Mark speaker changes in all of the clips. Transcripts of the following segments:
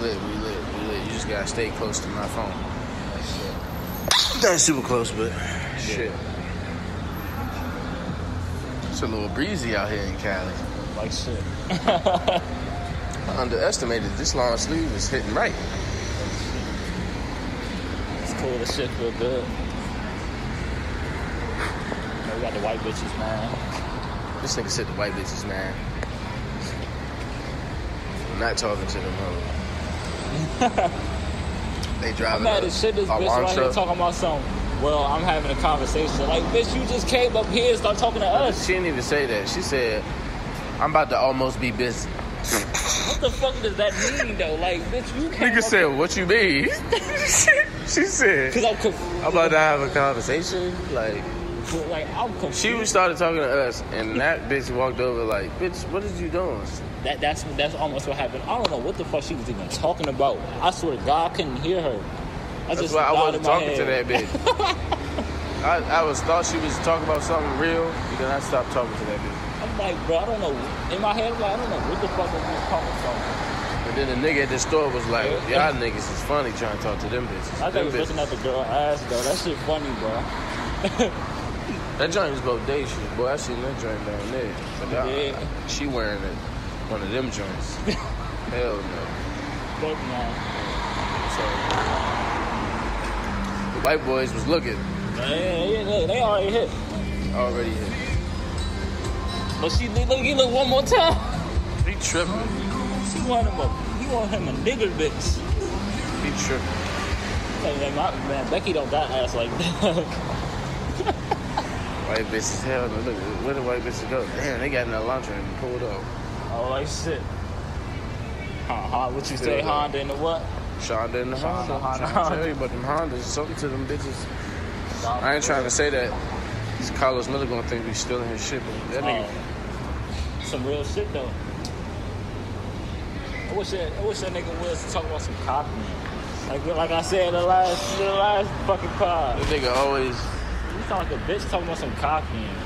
Speaker 1: lit, we lit, we lit. You just gotta stay close to my phone. Not super close, but shit. It's a little breezy out here in Cali.
Speaker 2: Like shit.
Speaker 1: I underestimated this long sleeve is hitting right.
Speaker 2: It's cool. This shit feel good. Yeah, we got the white bitches, man.
Speaker 1: This nigga said the white bitches, man. I'm not talking to them, homie. they
Speaker 2: I'm
Speaker 1: driving
Speaker 2: mad
Speaker 1: a,
Speaker 2: as shit. This
Speaker 1: a
Speaker 2: bitch
Speaker 1: lawn
Speaker 2: right here
Speaker 1: truck.
Speaker 2: talking about something. Well, I'm having a conversation. Like, bitch, you just came up here and start talking to us.
Speaker 1: She didn't even say that. She said, I'm about to almost be busy.
Speaker 2: What the fuck does that mean, though? Like, bitch, you came
Speaker 1: Nigga
Speaker 2: up
Speaker 1: said, What you mean? she said,
Speaker 2: Cause I'm conf-
Speaker 1: I'm about to have a conversation. Like,
Speaker 2: like I'm confused.
Speaker 1: she was started talking to us, and that bitch walked over, like, Bitch, what is you doing?
Speaker 2: That, that's that's almost what happened. I don't know what the fuck she was even talking about. I swear to God, I couldn't hear her. I
Speaker 1: That's
Speaker 2: just
Speaker 1: why I
Speaker 2: nodded
Speaker 1: wasn't
Speaker 2: my
Speaker 1: talking to
Speaker 2: head.
Speaker 1: that bitch. I, I was thought she was talking about something real, and then I stopped talking to that bitch.
Speaker 2: I'm like, bro, I don't know. In my head, I'm like, I don't know what the fuck was this coming from.
Speaker 1: And then the nigga at the store was like, y'all niggas is funny trying to talk to them bitches.
Speaker 2: I
Speaker 1: Them
Speaker 2: think was looking
Speaker 1: bitches.
Speaker 2: at the girl ass though. That shit funny, bro.
Speaker 1: That joint was bodacious. Boy, I seen that joint down there. But nah,
Speaker 2: Yeah.
Speaker 1: she wearing it, one of them joints. Hell no.
Speaker 2: But man,
Speaker 1: So, the white boys was looking
Speaker 2: man, yeah, look, they already hit.
Speaker 1: already here.
Speaker 2: But she look, he look one more time.
Speaker 1: He tripping.
Speaker 2: She want him a, he want him a nigger bitch.
Speaker 1: He tripping.
Speaker 2: Like, man, my, man, Becky don't got ass like that.
Speaker 1: White bitches, hell no. Look, where the white bitches go? Damn, they got in the laundry and pulled up.
Speaker 2: oh, like shit. Huh, huh, what you say,
Speaker 1: Yeah, yeah.
Speaker 2: Honda and the what?
Speaker 1: Shonda and the
Speaker 2: Shonda,
Speaker 1: Honda.
Speaker 2: Honda,
Speaker 1: I'm trying to
Speaker 2: Honda.
Speaker 1: tell you about them Hondas. Something to them bitches. I ain't trying to say that. 'cause Carlos Miller gonna think we stealing his shit, but that nigga.
Speaker 2: Oh. some real shit though. I wish that I wish that nigga was talking about some cop man. Like like I said in the last the last fucking pod.
Speaker 1: That nigga always,
Speaker 2: You sound like a bitch talking about some cock man.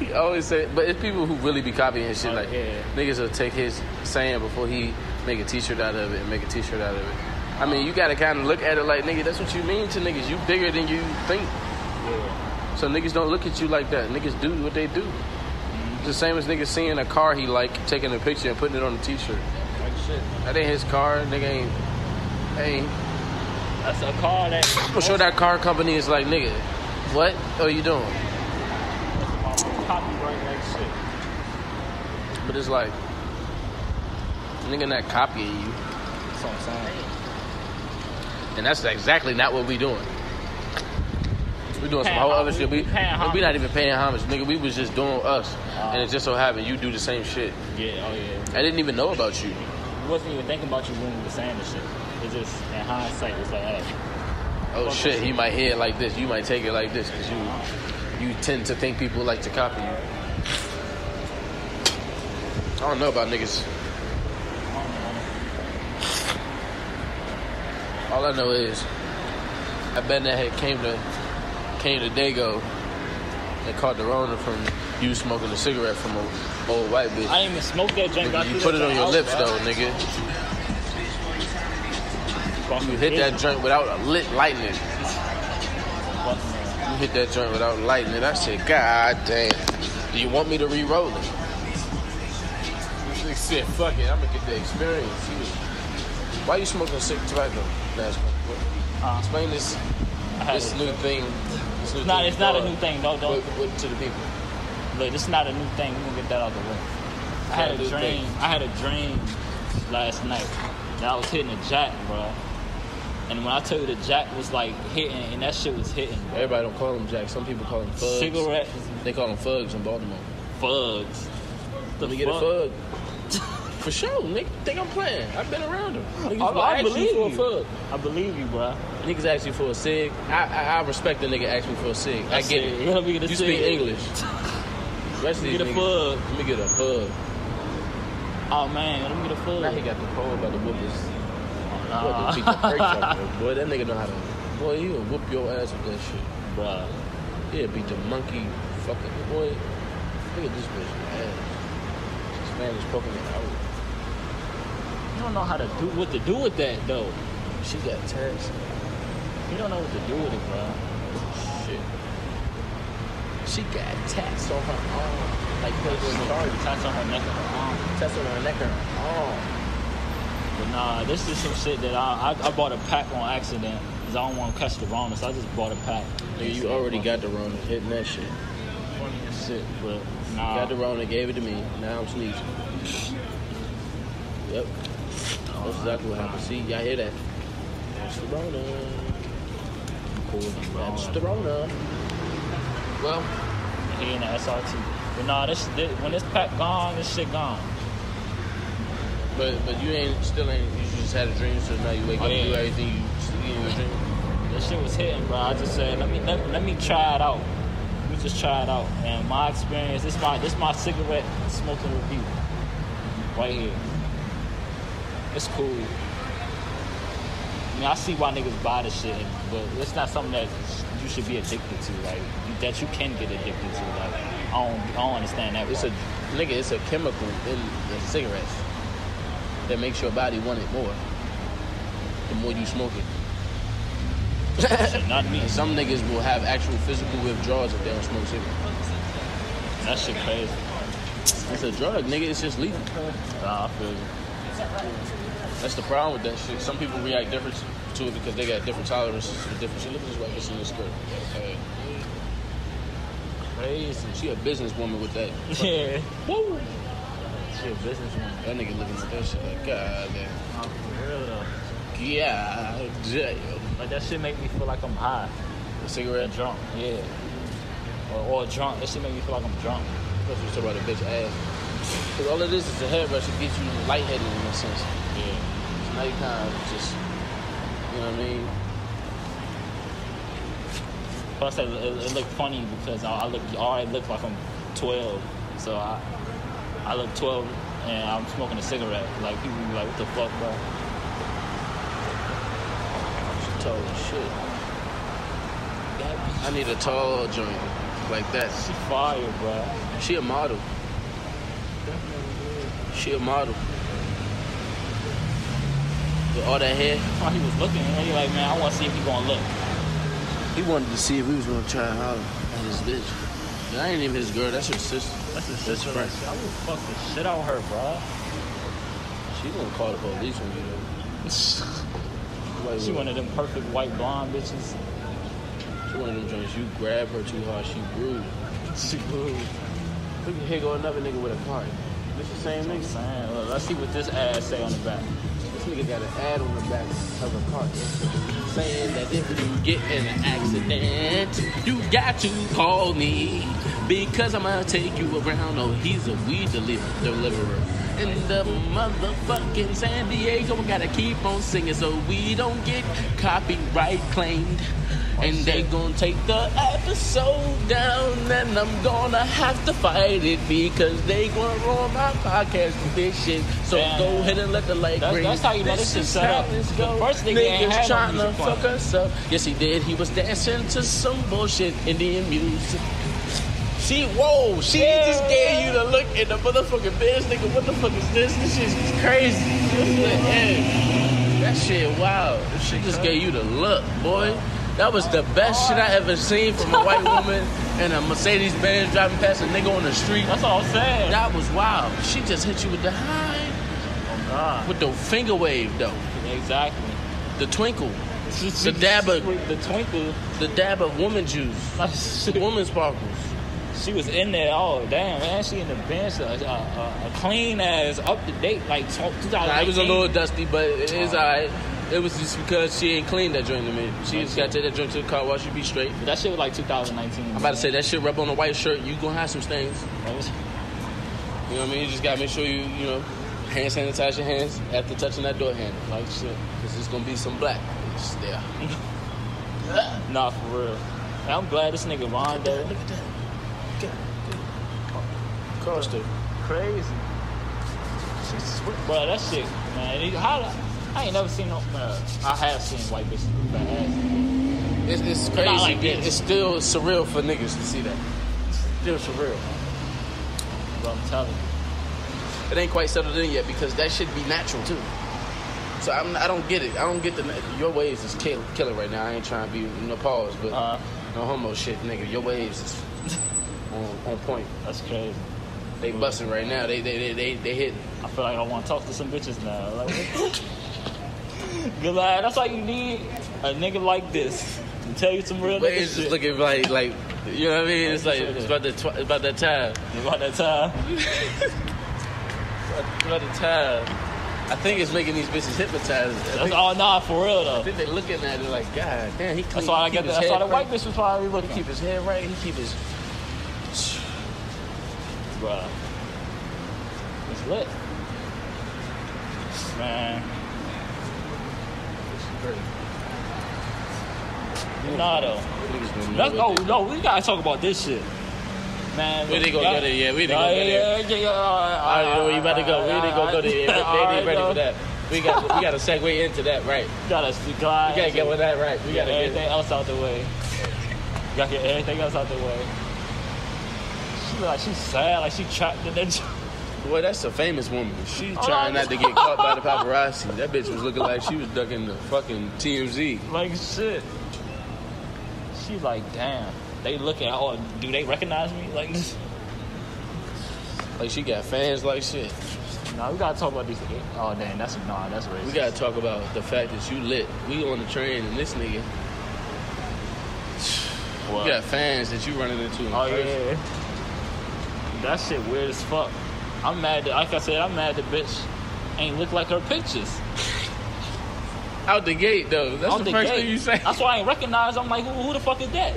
Speaker 1: he always say, but it's people who really be copying shit.
Speaker 2: Oh,
Speaker 1: like
Speaker 2: yeah.
Speaker 1: niggas will take his saying before he make a T-shirt out of it and make a T-shirt out of it. I mean, you gotta kind of look at it like nigga. That's what you mean to niggas. You bigger than you think.
Speaker 2: Yeah.
Speaker 1: So niggas don't look at you like that. Niggas do what they do. It's the same as niggas seeing a car he like, taking a picture and putting it on a T-shirt.
Speaker 2: Like shit.
Speaker 1: That ain't his car. Nigga ain't. Ain't.
Speaker 2: That's a car that
Speaker 1: I'm Oh, sure that car company is like nigga. What are you doing?
Speaker 2: that's about copyright like shit.
Speaker 1: But it's like, nigga not copying you.
Speaker 2: That's what I'm saying.
Speaker 1: And that's exactly not what we doing. We doing some
Speaker 2: Paying
Speaker 1: whole
Speaker 2: hom-
Speaker 1: other shit. We,
Speaker 2: we paying
Speaker 1: we not
Speaker 2: homage.
Speaker 1: even paying homage, nigga. We was just doing us, and it just so happened you do the same shit.
Speaker 2: Yeah, oh yeah.
Speaker 1: I didn't even know about you.
Speaker 2: We wasn't even thinking about you when we were saying this shit. It's just in hindsight, it's like, oh,
Speaker 1: Oh shit, he might hear it like this. You might take it like this because you you tend to think people like to copy you. I don't know about niggas.
Speaker 2: I don't know.
Speaker 1: All I know is I bet that had came to came to Dago and caught the Rona from you smoking a cigarette from an old white bitch.
Speaker 2: I didn't even smoke that drink. I
Speaker 1: Nigga, you
Speaker 2: threw
Speaker 1: put it
Speaker 2: that
Speaker 1: on
Speaker 2: joint
Speaker 1: your
Speaker 2: out,
Speaker 1: lips
Speaker 2: bro.
Speaker 1: though, nigga.
Speaker 2: Fucking
Speaker 1: You hit that
Speaker 2: bitch.
Speaker 1: joint without a lit lighting it.
Speaker 2: Fucking man.
Speaker 1: You hit that joint without lighting it. I said, God damn. Do you want me to re-roll it? This nigga said, fuck it, I'm gonna get the experience. He was, Why you smoking sick tobacco last month?
Speaker 2: Uh,
Speaker 1: Explain this
Speaker 2: had
Speaker 1: this
Speaker 2: it.
Speaker 1: new thing. This new
Speaker 2: It's not,
Speaker 1: thing
Speaker 2: it's not a
Speaker 1: called-
Speaker 2: new thing. Don't, don't.
Speaker 1: What, what to the people?
Speaker 2: Look, it's not a new thing. We're gonna get that out the way. I had a
Speaker 1: Not a new
Speaker 2: dream.
Speaker 1: thing.
Speaker 2: I had a dream last night that I was hitting a jack, bro. And when I tell you the jack was like hitting, and that shit was hitting, bro.
Speaker 1: Everybody don't call him Jack. Some people call him Fugs.
Speaker 2: Cigarette
Speaker 1: They call him Fugs in Baltimore.
Speaker 2: fugs. The
Speaker 1: Let me get
Speaker 2: fuck?
Speaker 1: a Fug. For sure, nigga. Think I'm playing? I've been around him. Niggas
Speaker 2: I-
Speaker 1: will
Speaker 2: I
Speaker 1: ask
Speaker 2: believe
Speaker 1: you
Speaker 2: you.
Speaker 1: for a Fug.
Speaker 2: I believe you, bro.
Speaker 1: Niggas ask you for a cig. I, I, I respect the nigga asking for a cig. I, get
Speaker 2: said,
Speaker 1: it.
Speaker 2: "Let me get a
Speaker 1: you
Speaker 2: cig."
Speaker 1: speak English. Rest of these
Speaker 2: Get a
Speaker 1: niggas-
Speaker 2: Fug.
Speaker 1: Let me get a Fug.
Speaker 2: Oh man, let me get a
Speaker 1: Now he
Speaker 2: fug.
Speaker 1: got the pole about the whoopers. Ah.
Speaker 2: Nah.
Speaker 1: Boy, the brakes off him. Boy, that nigga know how to. Boy, he will whoop your ass with that shit.
Speaker 2: Bruh.
Speaker 1: Yeah, beat the monkey fucking boy. Look at this bitch, man. This man is poking it out.
Speaker 2: You don't know how to do what to do with that though.
Speaker 1: She got text.
Speaker 2: You don't know what to do with it, bro.
Speaker 1: Shit. She got tats on her arm. Like Playboy Cardi.
Speaker 2: Tats on her neck and her arm.
Speaker 1: Tats on her neck and her arm.
Speaker 2: But nah, this is some shit that I, I, I bought a pack on accident because I don't want to catch the wrongness. I just bought a pack.
Speaker 1: Nigga, you already got the Rona hitting that shit.
Speaker 2: shit, but nah.
Speaker 1: Got the Rona, gave it to me. Now I'm sneezing. Yep. That's exactly what happened. See, y'all hear that? That's the Rona.
Speaker 2: cool and wrong.
Speaker 1: That's the Rona. Well,
Speaker 2: He in the SRT. But nah, this, this when this pack gone, this shit gone.
Speaker 1: but but you ain't still ain't. You just had a dream, so now you wake
Speaker 2: Oh,
Speaker 1: up,
Speaker 2: yeah.
Speaker 1: do everything you see in your dream.
Speaker 2: This shit was hitting, bro. I just said, let me let, let me try it out. Let me just try it out. And my experience, this my this my cigarette smoking review, right here. It's cool. I mean, I see why niggas buy this shit, but it's not something that you should be addicted to, like that you can get addicted to. Like I don't I don't understand that.
Speaker 1: It's a
Speaker 2: part.
Speaker 1: nigga. It's a chemical in the cigarettes that makes your body want it more. The more you smoke it,
Speaker 2: Shit, not me.
Speaker 1: and some niggas will have actual physical withdrawals if they don't smoke cigarettes.
Speaker 2: That shit crazy.
Speaker 1: It's a drug, nigga. It's just lethal.
Speaker 2: Nah, I feel you.
Speaker 1: That's the problem with that shit. Some people react different to it because they got different tolerances for different shit. Look at this white bitch in this skirt. Hey,
Speaker 2: Crazy.
Speaker 1: she a businesswoman with that.
Speaker 2: Yeah. Woo. Shit, businessman.
Speaker 1: That nigga looking at that shit like, God damn.
Speaker 2: Oh, for real though.
Speaker 1: God damn.
Speaker 2: Like that shit make me feel like I'm high
Speaker 1: A
Speaker 2: or
Speaker 1: cigarette?
Speaker 2: drunk. Yeah. Or, or drunk. That shit make me feel like I'm drunk.
Speaker 1: That's what you talking about, a bitch ass. Because all of this is a head rush. It gets you lightheaded in a sense.
Speaker 2: Yeah.
Speaker 1: So now you kind of just, you know what I mean?
Speaker 2: Plus, it, it, it looked funny because I, I look I already look like I'm 12. So I I look 12 and I'm smoking a cigarette. Like people be like, what the fuck, bro?
Speaker 1: She tall as shit. I need a tall joint like that.
Speaker 2: She fire, bro.
Speaker 1: She a model. She a model. With all that hair,
Speaker 2: That's why he was looking. And he like, man, I want to see if he gonna look.
Speaker 1: he wanted to see if we was gonna try out at his bitch. And I ain't even his girl. That's her sister. That's his sister.
Speaker 2: Like, I would fuck the shit out of her, bro.
Speaker 1: She gonna call the police on you though. Like,
Speaker 2: She one of them perfect white blonde bitches.
Speaker 1: she one of them joints. You grab her too hard, she bruised.
Speaker 2: She blue.
Speaker 1: Look here go another nigga with a card. This the same
Speaker 2: I'm saying, look, let's see what this ad say on the back.
Speaker 1: This nigga got an ad on the back of a car saying that if you get in an accident, you got to call me because I'm gonna take you around. Oh, he's a weed deli- deliverer. In the motherfucking San Diego, we gotta keep on singing so we don't get copyright claimed. And they gonna take the episode down, and I'm gonna have to fight it because they gonna ruin my podcast with this shit. So
Speaker 2: Damn.
Speaker 1: go ahead and let the light
Speaker 2: That's-
Speaker 1: green.
Speaker 2: that's how you know this is set up.
Speaker 1: this
Speaker 2: The
Speaker 1: go.
Speaker 2: first nigga ain't
Speaker 1: Niggas
Speaker 2: had no
Speaker 1: trying to
Speaker 2: music
Speaker 1: fuck
Speaker 2: for it.
Speaker 1: us up. Yes, he did. He was dancing to some bullshit Indian music. She, whoa, she just gave you the look in the motherfucking bitch, nigga. What the fuck is this? This shit's crazy. This is the end. That shit, wow. She just gave you the look, boy. That was the best shit I ever seen from a white woman and a Mercedes Benz driving past a nigga on the street.
Speaker 2: That's all I'm saying.
Speaker 1: That was wild. She just hit you with the high,
Speaker 2: oh God.
Speaker 1: with the finger wave though,
Speaker 2: Exactly.
Speaker 1: the twinkle, The dab of-
Speaker 2: the twinkle.
Speaker 1: the dab of woman juice, woman sparkles.
Speaker 2: she was in there. Oh damn, man, she in the bench. A, a, a, a clean ass, up to date, like tw- 2018.
Speaker 1: Nah, it was a little dusty, but it is alright. It was just because she ain't cleaned that joint to me. She just got to take that joint to the car wash. You be straight.
Speaker 2: But that shit was like 2019.
Speaker 1: I'm about to say that shit rub on a white shirt. You gonna have some stains. You know what I mean? You just gotta make sure you you know hand sanitize your hands after touching that door handle. Like shit, cause it's gonna be some black. It's there.
Speaker 2: Nah, for real. And I'm glad this nigga Ron there.
Speaker 1: at that. Look at Costa.
Speaker 2: Crazy. She's sweet. Bro, that shit, man. it- How, I ain't never seen no. Uh, I have seen white bitches do bad ass.
Speaker 1: It's, it's crazy.
Speaker 2: like
Speaker 1: but
Speaker 2: this.
Speaker 1: it's still surreal for niggas to see that. Still surreal.
Speaker 2: Bro, I'm telling you.
Speaker 1: It ain't quite settled in yet because that should be natural too. So I'm, I don't get it. I don't get the your waves is kill, killer right now. I ain't trying to be no pause, but
Speaker 2: Uh,
Speaker 1: no homo shit, nigga. Your waves is on, on point.
Speaker 2: that's crazy.
Speaker 1: They
Speaker 2: Mm-hmm.
Speaker 1: busting right now. They they they they, they hitting.
Speaker 2: I feel like I want to talk to some bitches now. Like, what? Good lad, that's why you need a nigga like this to tell you some real nigga
Speaker 1: Waves is
Speaker 2: shit.
Speaker 1: looking like like you know what I mean. It's like
Speaker 2: Sure
Speaker 1: it's
Speaker 2: do.
Speaker 1: about the tw- it's about that time.
Speaker 2: About that time.
Speaker 1: It's about the time. I think it's making these bitches hypnotized. I
Speaker 2: That's
Speaker 1: think,
Speaker 2: all nah for real though.
Speaker 1: I think they looking at it like, God damn, he clean.
Speaker 2: That's why I
Speaker 1: he keep
Speaker 2: get.
Speaker 1: his
Speaker 2: That. That's why
Speaker 1: head
Speaker 2: the white
Speaker 1: right.
Speaker 2: bitch was probably
Speaker 1: He
Speaker 2: looking.
Speaker 1: keep his head right. He keep his.
Speaker 2: Bruh. It's lit. Man. Nah, though. That's, oh, no, we gotta talk about this shit. Man.
Speaker 1: We didn't go
Speaker 2: y'all-
Speaker 1: there, yeah, we didn't
Speaker 2: Nah,
Speaker 1: go there.
Speaker 2: Yeah, uh, yeah, yeah,
Speaker 1: I already know where you about to go. We didn't go go to the They ain't ready for that. We got we got to segue into that right.
Speaker 2: Gotta
Speaker 1: We gotta get with that right. We
Speaker 2: Get
Speaker 1: gotta get
Speaker 2: everything else out the way. Gotta get everything else out the way. She look like she's sad, like she trapped in that.
Speaker 1: Well, that's a famous woman. She
Speaker 2: Oh,
Speaker 1: trying
Speaker 2: no.
Speaker 1: not to get caught by the paparazzi. That bitch was looking like she was ducking the fucking TMZ.
Speaker 2: Like shit. She like, damn. They looking. Oh, do they recognize me? Like,
Speaker 1: Like she got fans like shit.
Speaker 2: nah. We gotta talk about these. Oh, damn. That's nah. That's racist.
Speaker 1: We gotta talk about the fact that you lit. We on the train and this nigga.
Speaker 2: Well,
Speaker 1: You got fans that you running into. in
Speaker 2: Oh
Speaker 1: person.
Speaker 2: yeah. That shit weird as fuck. I'm mad. That, like I said, I'm mad. The bitch ain't look like her pictures.
Speaker 1: Out the gate though. That's
Speaker 2: Out
Speaker 1: the, first
Speaker 2: gate.
Speaker 1: thing you say.
Speaker 2: That's why I ain't recognized. I'm like, who, who the fuck is that?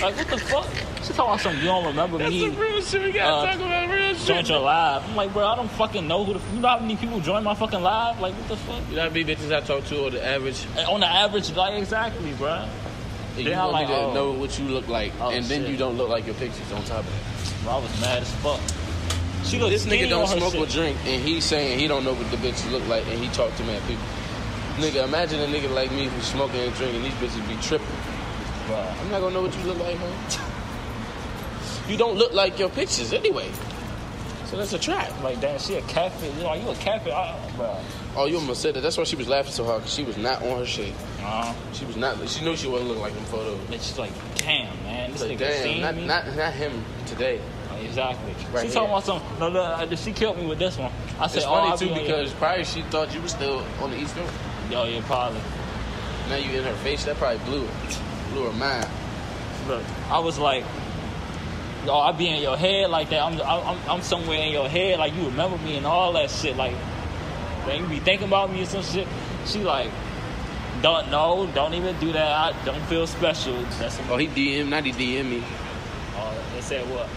Speaker 2: like, what the fuck? She talking about something you don't remember
Speaker 1: That's
Speaker 2: me.
Speaker 1: the real shit. We gotta
Speaker 2: uh,
Speaker 1: talk about real shit.
Speaker 2: Joined your live. I'm like, bro, I don't fucking know who the. You know how many people join my fucking live? Like, what the fuck?
Speaker 1: You know how many bitches I talk to or the average?
Speaker 2: And On the average, like exactly, bro.
Speaker 1: And you
Speaker 2: Then I'm
Speaker 1: want me
Speaker 2: like,
Speaker 1: to
Speaker 2: oh.
Speaker 1: know what you look like,
Speaker 2: Oh,
Speaker 1: and then
Speaker 2: shit.
Speaker 1: you don't look like your pictures on top of that.
Speaker 2: Bro, I was mad as fuck. She looked
Speaker 1: This
Speaker 2: skinny
Speaker 1: nigga don't
Speaker 2: on her
Speaker 1: smoke
Speaker 2: shit.
Speaker 1: or drink, and he's saying he don't know what the bitches look like, and he talk to mad people. Nigga, imagine a nigga like me who's smoking and drinking, these bitches be tripping.
Speaker 2: Bro.
Speaker 1: I'm not gonna know what you look like, man. You don't look like your pictures anyway. So that's a trap.
Speaker 2: Like, damn, she a catfish. You know, you a catfish, I, bro.
Speaker 1: Oh, you almost said that. That's why she was laughing so hard, because she was not on her shit.
Speaker 2: Uh,
Speaker 1: She was not, she knew she wasn't looking like them photos.
Speaker 2: and she's like, damn, man, this
Speaker 1: Like,
Speaker 2: nigga
Speaker 1: damn,
Speaker 2: seen
Speaker 1: not,
Speaker 2: me.
Speaker 1: not, not him today.
Speaker 2: exactly.
Speaker 1: Right
Speaker 2: she
Speaker 1: here.
Speaker 2: talking about something. No, no, uh, she killed me with this one. I said,
Speaker 1: It's
Speaker 2: oh,
Speaker 1: funny
Speaker 2: I'll
Speaker 1: too
Speaker 2: be on
Speaker 1: because probably she thought you were still on the East Coast.
Speaker 2: your- yo, yeah, probably.
Speaker 1: Now you in her face, that probably blew her. Blew her mind.
Speaker 2: Look, I was like, yo, I be in your head like that. I'm, I'm, I'm somewhere in your head, like you remember me and all that shit. Like, man, you be thinking about me and some shit. She like, don't no, don't even do that. I don't feel special. That's
Speaker 1: Oh, he DM, not he DM me.
Speaker 2: Oh, they said what?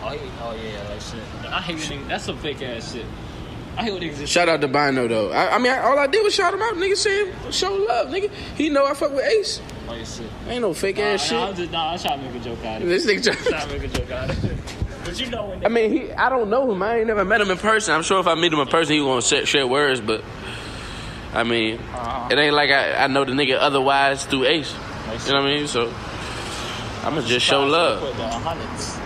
Speaker 2: Oh, he, oh yeah, that shit. I hate when niggas. That's a fake ass shit. I hate when niggas. Just,
Speaker 1: Shout out to Bino though. I, I mean, I, all I did was shout him out, nigga. Saying show love, nigga. He know I fuck with Ace.
Speaker 2: oh yeah, shit.
Speaker 1: Ain't no fake
Speaker 2: Nah,
Speaker 1: ass
Speaker 2: nah, I'm
Speaker 1: shit.
Speaker 2: just nah. I try to make a joke out of it.
Speaker 1: This nigga.
Speaker 2: I
Speaker 1: Try-
Speaker 2: try to make a joke out of it. But you know when they,
Speaker 1: I mean, he. I don't know him. I ain't never met him in person. I'm sure if I meet him in person, he won't share, share words. But I mean,
Speaker 2: Uh-huh.
Speaker 1: it ain't like I, I know the nigga otherwise through Ace.
Speaker 2: Nice.
Speaker 1: You know what I mean? So I'ma just show love.
Speaker 2: Put down hundreds.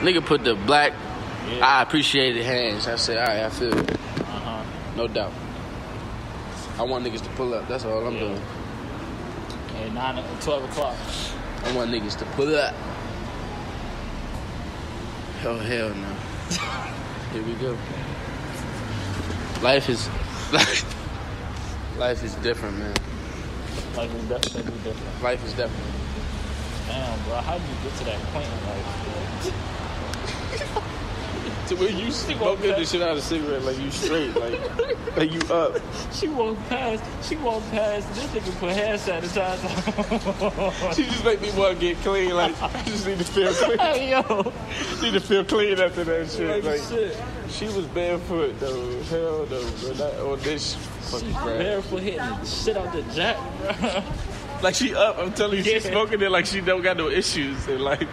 Speaker 1: Nigga put the black,
Speaker 2: Yeah.
Speaker 1: I appreciate it hands. I said, all right, I feel it.
Speaker 2: Uh huh.
Speaker 1: No doubt. I want niggas to pull up. That's all I'm
Speaker 2: Yeah.
Speaker 1: doing.
Speaker 2: At nine, o- twelve o'clock.
Speaker 1: I want niggas to pull up. Oh, hell no. Here we go. Life is. Life, life is different, man.
Speaker 2: Like it's definitely different.
Speaker 1: Life is different.
Speaker 2: Damn, bro, how did you get to that point? Like,
Speaker 1: To where you
Speaker 2: smoked the
Speaker 1: shit out of cigarette like you straight, like, like you up.
Speaker 2: she walked past. She walked past. This nigga put hand sanitizer.
Speaker 1: She just make me want to get clean. Like I just need to feel clean.
Speaker 2: hey yo.
Speaker 1: Need to feel clean after that shit.
Speaker 2: Like, shit.
Speaker 1: She was barefoot though. Hell no, bro. Not on this fucking crap.
Speaker 2: barefoot hitting the shit out the jack, bro.
Speaker 1: Like she up, I'm telling you, she's
Speaker 2: Yeah.
Speaker 1: smoking it like she don't got no issues and like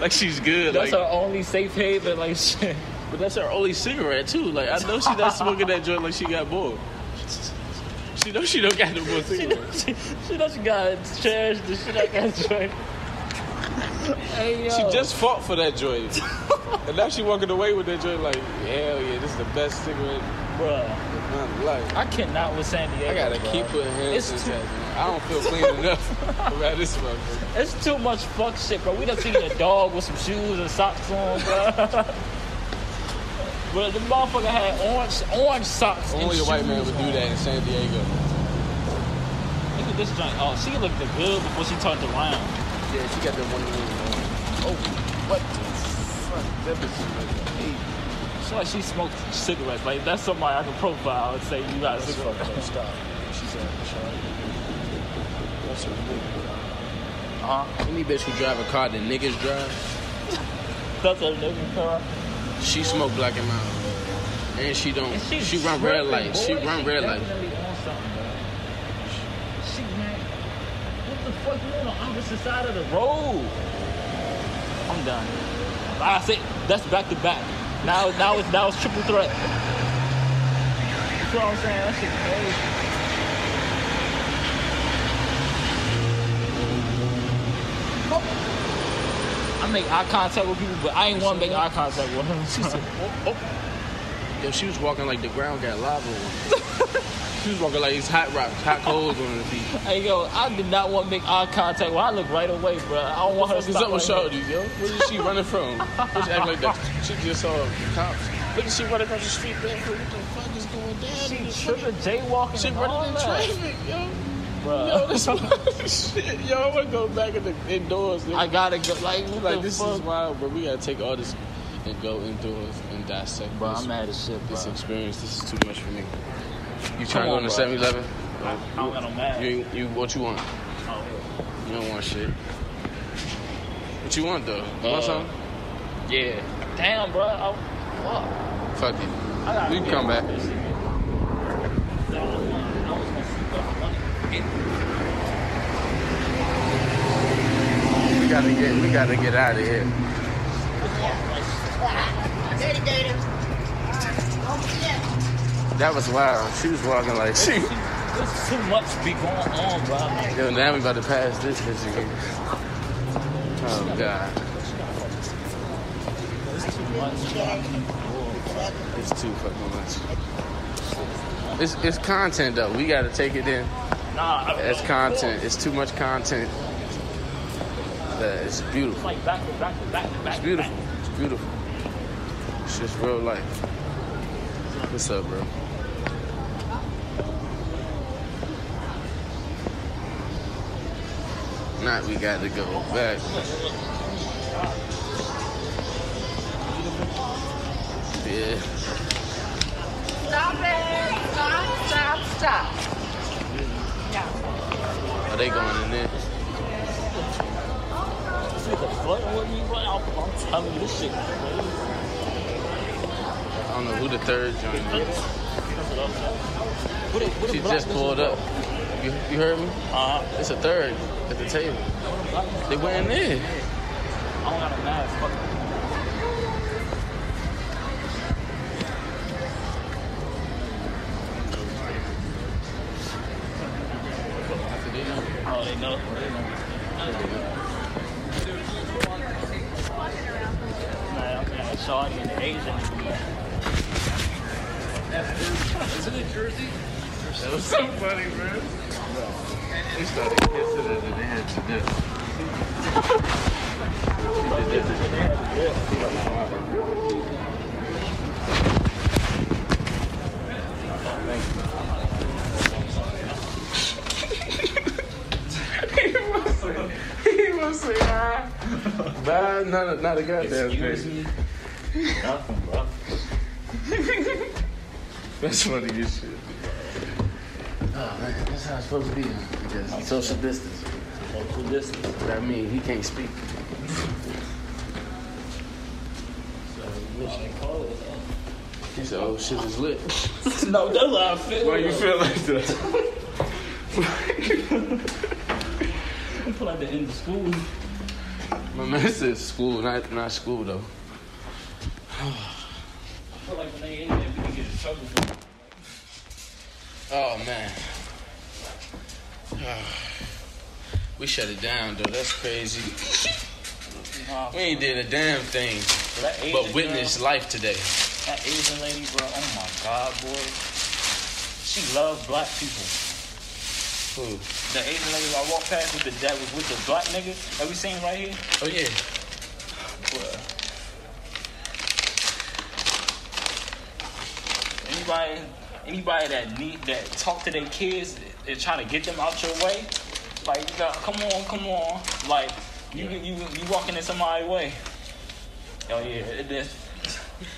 Speaker 1: like she's good.
Speaker 2: That's
Speaker 1: like
Speaker 2: our only safe haven, like shit.
Speaker 1: but that's her only cigarette too. Like I know she not smoking that joint like she got more. She know she don't got no more
Speaker 2: She
Speaker 1: cigarettes.
Speaker 2: does, she, she does gotta cherish the shit I got joint. Hey, yo.
Speaker 1: She just fought for that joint. and now she walking away with that joint like, hell yeah, this is the best cigarette
Speaker 2: Bruh,
Speaker 1: in my life.
Speaker 2: I cannot with San Diego.
Speaker 1: I gotta
Speaker 2: bruh.
Speaker 1: keep putting hands
Speaker 2: It's
Speaker 1: in
Speaker 2: too-
Speaker 1: that. I don't feel clean enough about this motherfucker.
Speaker 2: It's too much fuck shit, bro. We done seen a dog with some shoes and socks on, bro. But the motherfucker had orange orange socks. and
Speaker 1: Only a white man
Speaker 2: shoes
Speaker 1: would do
Speaker 2: on.
Speaker 1: that in San Diego.
Speaker 2: Look at this joint. Oh, she looked good before she turned around.
Speaker 1: Yeah, she got that one little. Oh, what the fuck? That bitch is like eight.
Speaker 2: She like she smoked cigarettes. Like that's somebody I can profile and say you got a cigarette.
Speaker 1: Stop. She said, That's her
Speaker 2: Huh?
Speaker 1: Any bitch who drive a car that niggas drive,
Speaker 2: That's a nigga car.
Speaker 1: she smoke black and mild. And she don't.
Speaker 2: And she's
Speaker 1: she run red
Speaker 2: tripping,
Speaker 1: lights. She
Speaker 2: boy.
Speaker 1: run red lights.
Speaker 2: definitely on something, bro. She man, what the fuck you on the opposite side of the road? I'm done. I say that's back to back. Now, now it's now it's triple threat. You know what I'm saying? That shit crazy. I make eye contact with people, but I ain't want to make eye contact with them.
Speaker 1: Yo, she was walking like the ground got lava on her. She was walking like these hot rocks, hot coals on her feet.
Speaker 2: Hey yo, I did not want to make eye contact. Well, I look right away, bro. I don't want her
Speaker 1: What
Speaker 2: to
Speaker 1: is
Speaker 2: stop.
Speaker 1: up with
Speaker 2: right
Speaker 1: Shawty, yo? Where is she running from? Bitch act like that. She just saw
Speaker 2: uh,
Speaker 1: the cops. Look at she running across the street barefoot. What the fuck is going down? in
Speaker 2: here.
Speaker 1: this
Speaker 2: She tripping, jaywalking,
Speaker 1: She
Speaker 2: and all
Speaker 1: running in
Speaker 2: that.
Speaker 1: traffic, yo.
Speaker 2: Bruh.
Speaker 1: Yo, this shit. Yo, I wanna go back in the indoors. Nigga.
Speaker 2: I gotta go. Like, what
Speaker 1: like
Speaker 2: the
Speaker 1: this
Speaker 2: fuck?
Speaker 1: is wild, but we gotta take all this and go indoors and dissect.
Speaker 2: bro,
Speaker 1: this,
Speaker 2: I'm mad as shit, bro.
Speaker 1: this experience. This is too much for me. You
Speaker 2: Come
Speaker 1: trying to go
Speaker 2: on,
Speaker 1: on the
Speaker 2: bro.
Speaker 1: 7-Eleven?
Speaker 2: I, I don't got no mad.
Speaker 1: You, ain't- you what you want?
Speaker 2: Oh,
Speaker 1: You don't want shit. What you want though? You want
Speaker 2: Uh,
Speaker 1: something?
Speaker 2: yeah. Damn, bro. I, fuck.
Speaker 1: Fuck it.
Speaker 2: I gotta
Speaker 1: We can
Speaker 2: get
Speaker 1: come back.
Speaker 2: this shit. Nah, I was gonna- I was gonna sleep off the
Speaker 1: We
Speaker 2: money.
Speaker 1: gotta get. We gotta get out of here.
Speaker 3: Dirty, dirty. Oh, yeah.
Speaker 1: That was wild. She was walking like she.
Speaker 2: There's too much be going on, bro. Like,
Speaker 1: Yo, now we about to pass this bitch again. Oh god,
Speaker 2: there's too much.
Speaker 1: it's too fucking much. It's it's content though. We gotta take it in.
Speaker 2: Nah, I-
Speaker 1: That's content. It's too much content. That it's beautiful.
Speaker 2: Like back to back to back to back.
Speaker 1: It's beautiful. It's beautiful. It's just real life. What's up, bro? Not we got to go back. Yeah.
Speaker 3: Stop it! Stop, stop, stop.
Speaker 1: Are they going in there?
Speaker 2: This nigga flirting with me, bro. I'm, I'm telling you, this shit crazy.
Speaker 1: I don't know who the third joint is.
Speaker 2: What it- what it
Speaker 1: She
Speaker 2: black
Speaker 1: just
Speaker 2: bitches
Speaker 1: pulled
Speaker 2: do?
Speaker 1: up. You, you heard me?
Speaker 2: Uh-huh.
Speaker 1: It's a third at the table.
Speaker 2: Black bitches
Speaker 1: They
Speaker 2: do.
Speaker 1: went in there.
Speaker 2: I don't got a mask. Fuck. Oh, they know. They know. Nah, I'm mad at Shawty and the Asian.
Speaker 1: That was so funny, bro. They started kissing and then they had to dip. She did this. He was like, ah. Bye, not a, not a goddamn thing.
Speaker 2: me. Nothing, bro.
Speaker 1: That's funny as shit. Oh, man, that's how it's supposed to be. Because social distance.
Speaker 2: Social distance.
Speaker 1: That means he can't speak. He said, oh, shit is lit.
Speaker 2: no, that's how I feel.
Speaker 1: Why you feel like that?
Speaker 2: I feel like the end of school.
Speaker 1: My man said school, not, not school, though.
Speaker 2: I feel like when they in there, we can get in trouble. For it.
Speaker 1: Oh, man. Ah, we shut it down, though. That's crazy.
Speaker 2: Nah,
Speaker 1: We ain't did a damn thing,
Speaker 2: that Asian
Speaker 1: but witnessed
Speaker 2: girl,
Speaker 1: life today.
Speaker 2: that Asian lady, bro. Oh my God, boy. She loves black people.
Speaker 1: Who?
Speaker 2: The Asian lady I walked past with the that was with the black nigga that we seen right here.
Speaker 1: Oh yeah.
Speaker 2: Bruh. Anybody, anybody that need that talk to their kids and trying to get them out your way, like you got, come on, come on, like you you you walking in somebody's way. Oh yeah, it, it,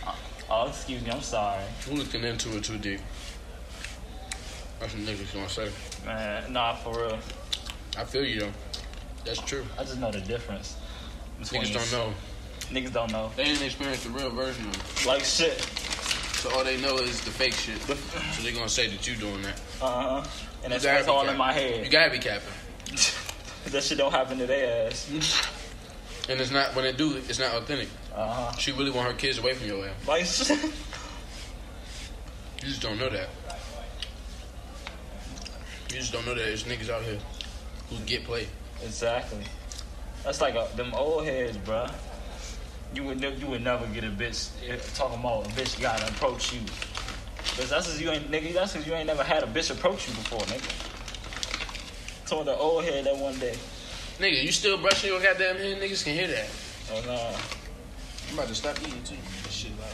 Speaker 2: oh excuse me, I'm sorry,
Speaker 1: I'm looking into it too deep. That's what niggas gonna say.
Speaker 2: man. Nah, for real,
Speaker 1: I feel you though. That's true.
Speaker 2: I just know the difference. between
Speaker 1: Niggas don't
Speaker 2: us.
Speaker 1: know.
Speaker 2: Niggas don't know.
Speaker 1: They didn't experience the real version of it.
Speaker 2: Like shit.
Speaker 1: So all they know is the fake shit. So they gonna say that you doing that.
Speaker 2: Uh huh. And
Speaker 1: You
Speaker 2: that's,
Speaker 1: gotta
Speaker 2: that's
Speaker 1: be
Speaker 2: all in
Speaker 1: capping.
Speaker 2: my
Speaker 1: You
Speaker 2: head.
Speaker 1: gotta be capping.
Speaker 2: that shit don't happen to their ass.
Speaker 1: And it's not when they do it, it's not authentic.
Speaker 2: Uh huh.
Speaker 1: She really want her kids away from your ass.
Speaker 2: Like shit.
Speaker 1: You just don't know that. You just don't know that there's niggas out here who get played.
Speaker 2: Exactly. That's like a, them old heads, bruh. You would never, you would never get a bitch eh, talking about a bitch gotta approach you. Cause that's cause you ain't nigga. That's cause you ain't never had a bitch approach you before, nigga. Told the old head that one day.
Speaker 1: Nigga, you still brushing your goddamn hair? Niggas can hear that.
Speaker 2: Oh no.
Speaker 1: I'm about to stop eating too. This shit loud.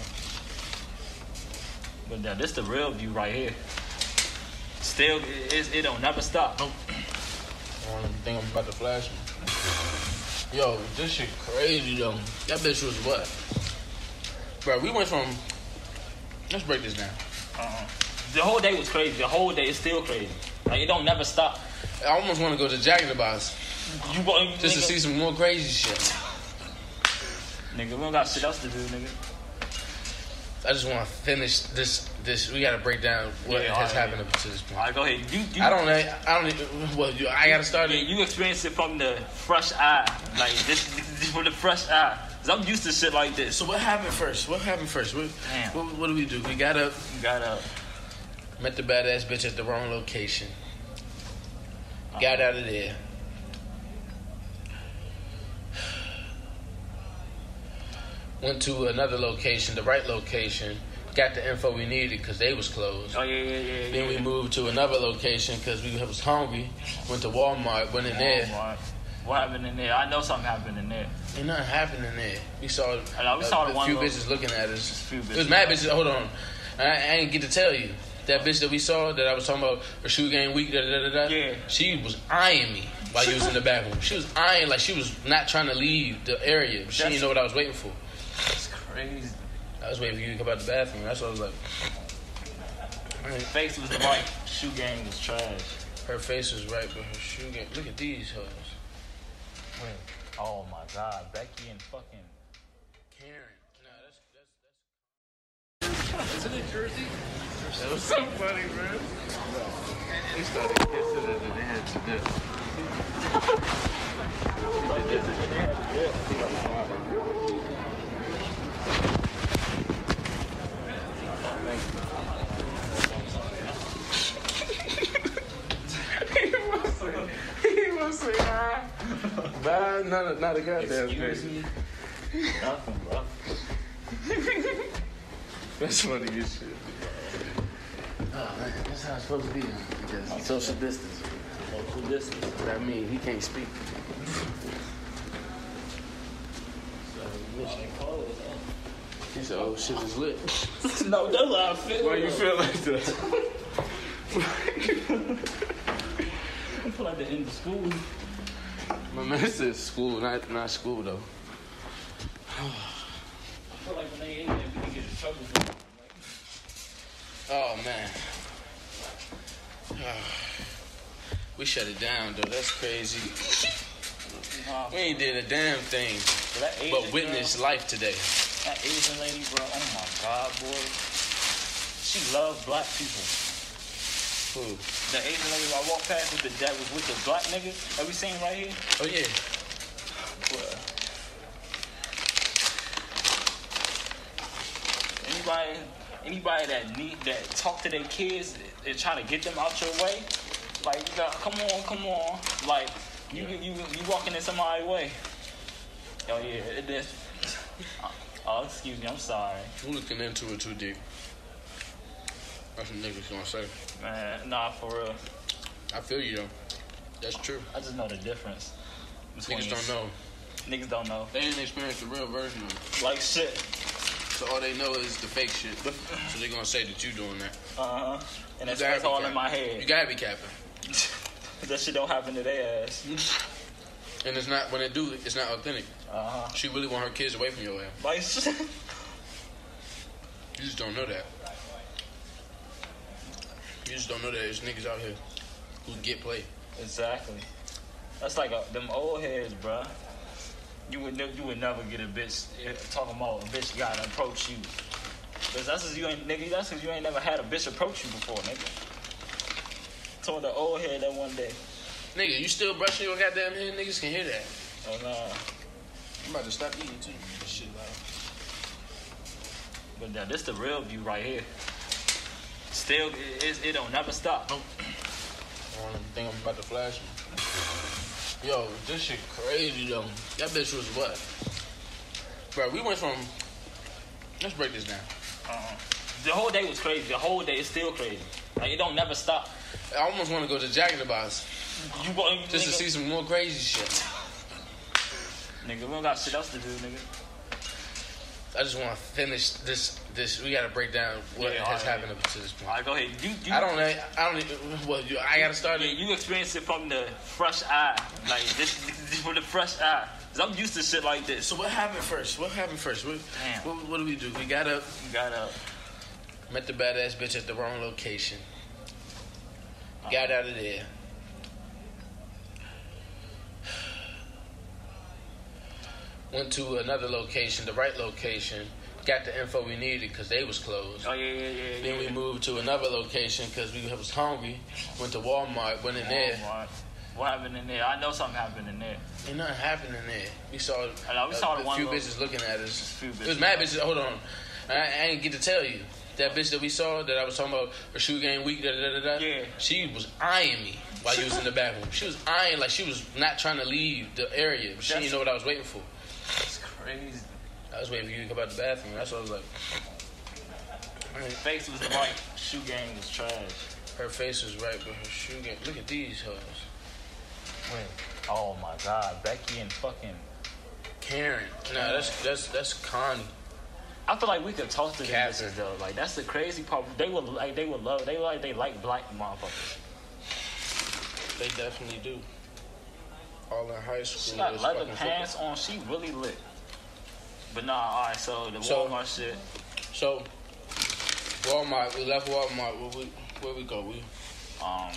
Speaker 2: But now this the real view right here. Still, it, it, it don't never stop.
Speaker 1: I don't think I'm about to flash me. Yo, this shit crazy though. That bitch was what? Bro, we went from. Let's break this down.
Speaker 2: Uh-uh. The whole day was crazy. The whole day is still crazy. Like it don't never stop.
Speaker 1: I almost want to go to Jack in the Box
Speaker 2: You want
Speaker 1: just to
Speaker 2: nigga-
Speaker 1: see some more crazy shit.
Speaker 2: Nigga, we don't got shit else to do, nigga.
Speaker 1: I just want to finish this. This we got to break down what
Speaker 2: Yeah,
Speaker 1: has
Speaker 2: alright.
Speaker 1: happened up to this point.
Speaker 2: All right, go ahead. You, you,
Speaker 1: I don't. I don't. Well, you, I gotta start
Speaker 2: Yeah,
Speaker 1: it.
Speaker 2: you experience it from the fresh eye, like this, this from the fresh eye. Cause I'm used to shit like this.
Speaker 1: So what happened first? What happened first? What,
Speaker 2: Damn.
Speaker 1: what, what do we do? We got up,
Speaker 2: You got up.
Speaker 1: met the badass bitch at the wrong location, got out of there. Went to another location, the right location, got the info we needed because they was closed.
Speaker 2: Oh yeah, yeah, yeah. yeah.
Speaker 1: Then we moved to another location because we was hungry. Went to Walmart, went in there.
Speaker 2: Walmart. What happened in there? I know something happened in there.
Speaker 1: Ain't nothing happened in there. We saw,
Speaker 2: know, we
Speaker 1: a,
Speaker 2: saw
Speaker 1: a
Speaker 2: the one
Speaker 1: few
Speaker 2: little-
Speaker 1: bitches looking at us.
Speaker 2: few
Speaker 1: It was
Speaker 2: bitches.
Speaker 1: mad bitches. Hold on, I, I ain't get to tell you that bitch that we saw that I was talking about her shoe game week. Da, da, da, da,
Speaker 2: Yeah.
Speaker 1: she was eyeing me while you was in the bathroom. She was eyeing like she was not trying to leave the area. She
Speaker 2: That's-
Speaker 1: didn't know what I was waiting for.
Speaker 2: It's crazy.
Speaker 1: I was waiting for you to come out the bathroom. That's what I was like.
Speaker 2: Face was right. Shoe game was trash.
Speaker 1: Her face was right, but her shoe game. Look at these hoes.
Speaker 2: Wait. Oh my God, Becky and fucking.
Speaker 1: Karen. Nah, that's that's.
Speaker 4: Isn't it Jersey?
Speaker 1: That was so funny, bro.
Speaker 4: They started kissing and then they had to dip.
Speaker 1: He was saying hi. Bye, not a, not a goddamn
Speaker 2: Excuse
Speaker 1: thing.
Speaker 2: me. Nothing, bro.
Speaker 1: That's funny as shit. Oh, man, that's how it's supposed to be. Because social distance.
Speaker 2: Social distance.
Speaker 1: That mean he can't speak. He said, "Oh shit, is lit."
Speaker 2: no, that's how I feel.
Speaker 1: feel like that?
Speaker 2: I feel like the end of school.
Speaker 1: My man said school, not not school though.
Speaker 2: I feel like when they ain't there, we can get in trouble. For it. Like,
Speaker 1: Oh man. We shut it down though. That's crazy.
Speaker 2: nah,
Speaker 1: We ain't did a damn thing,
Speaker 2: but that Asian
Speaker 1: but
Speaker 2: girl-
Speaker 1: witness life today.
Speaker 2: That Asian lady, bro. Oh my God, boy. She loves black people.
Speaker 1: Who?
Speaker 2: The Asian lady I walked past with the that was with the black nigga that we seen right here.
Speaker 1: Oh yeah.
Speaker 2: Bruh. Anybody, anybody that need that talk to their kids and trying to get them out your way, like you got, come on, come on, like you you you, you walking in somebody's way. Oh yeah, it did. Oh, excuse me. I'm sorry,
Speaker 1: You looking into it too deep. That's what niggas gonna say.
Speaker 2: man. Nah, for real.
Speaker 1: I feel you though. That's true.
Speaker 2: I just know the difference. between-
Speaker 1: Niggas don't know.
Speaker 2: Niggas don't know.
Speaker 1: They didn't experience the real version of it.
Speaker 2: Like shit.
Speaker 1: So all they know is the fake shit. so they gonna say that you doing that.
Speaker 2: Uh huh. And that's,
Speaker 1: You gotta
Speaker 2: that's
Speaker 1: be
Speaker 2: all
Speaker 1: capping.
Speaker 2: in my
Speaker 1: You
Speaker 2: head.
Speaker 1: gotta be capping.
Speaker 2: that shit don't happen to their ass.
Speaker 1: And it's not when they do, it's not authentic.
Speaker 2: Uh huh.
Speaker 1: She really want her kids away from your ass.
Speaker 2: Like shit.
Speaker 1: You just don't know that. You just don't know that there's niggas out here who get played.
Speaker 2: Exactly. That's like a, them old heads, bruh. You would ne- you would never get a bitch eh, talking about a bitch gotta approach you. Cause that's cause you ain't nigga. That's cause you ain't never had a bitch approach you before, nigga. Told the old head that one day.
Speaker 1: Nigga, you still brushing your goddamn hair? Niggas can hear that.
Speaker 2: Oh no.
Speaker 1: I'm about to stop eating too. Shit, like.
Speaker 2: But now this the real view right here. Still, it, it, it don't never stop.
Speaker 1: I don't think I'm about to flash you. Yo, this shit crazy though. That bitch was what? Bro, we went from. Let's break this down.
Speaker 2: Uh-uh. The whole day was crazy. The whole day is still crazy. Like it don't never stop.
Speaker 1: I almost want to go to Jack in the Box
Speaker 2: You going
Speaker 1: just to
Speaker 2: nigga,
Speaker 1: see some more crazy shit.
Speaker 2: Nigga, we don't got shit else to do, nigga.
Speaker 1: I just want to finish this. This we gotta break down what
Speaker 2: Yeah,
Speaker 1: has
Speaker 2: alright.
Speaker 1: happened up to this point.
Speaker 2: All right, go ahead. You, you
Speaker 1: I don't. I don't. even- Well, you, I gotta start
Speaker 2: Yeah,
Speaker 1: it.
Speaker 2: you experience it from the fresh eye, like this, this from the fresh eye. Cause I'm used to shit like this.
Speaker 1: So what happened first? What happened first? What,
Speaker 2: Damn.
Speaker 1: what, what do we do? We got up,
Speaker 2: You gotta,
Speaker 1: met the badass bitch at the wrong location, got out of there. Went to another location, the right location, got the info we needed because they was closed.
Speaker 2: oh yeah, yeah, yeah. yeah.
Speaker 1: Then we moved to another location because we was hungry. Went to Walmart, went in there,
Speaker 2: Walmart. What happened in there? I know something happened in there.
Speaker 1: ain't nothing happened in there. We saw,
Speaker 2: I know, we
Speaker 1: a,
Speaker 2: saw the
Speaker 1: a
Speaker 2: one
Speaker 1: few
Speaker 2: little-
Speaker 1: bitches looking at us.
Speaker 2: few
Speaker 1: It was
Speaker 2: bitches.
Speaker 1: mad bitches. Hold on, I, I ain't get to tell you that bitch that we saw that I was talking about her shoe game week. Da, da, da, da, da,
Speaker 2: Yeah.
Speaker 1: she was eyeing me while you was in the bathroom. She was eyeing like she was not trying to leave the area. But she
Speaker 2: That's-
Speaker 1: didn't know what I was waiting for.
Speaker 2: It's crazy.
Speaker 1: I was waiting for you to come out the bathroom. That's what I was like.
Speaker 2: Face was right. Shoe game was trash.
Speaker 1: Her face was right, but her shoe game. Look at these hoes.
Speaker 2: Wait. Oh my God, Becky and fucking.
Speaker 1: Karen. No, that's that's that's Connie.
Speaker 2: I feel like we could talk to them
Speaker 1: Catherine.
Speaker 2: bitches though. Like that's the crazy part. They would like they would love. They like they like black motherfuckers.
Speaker 1: They definitely do. All in high school.
Speaker 2: She got
Speaker 1: was
Speaker 2: leather
Speaker 1: fucking football.
Speaker 2: pants on. She really lit. But nah, all right. So the
Speaker 1: So-
Speaker 2: Walmart shit.
Speaker 1: So, Walmart. We left Walmart. Where we where we go? We, we
Speaker 2: Um,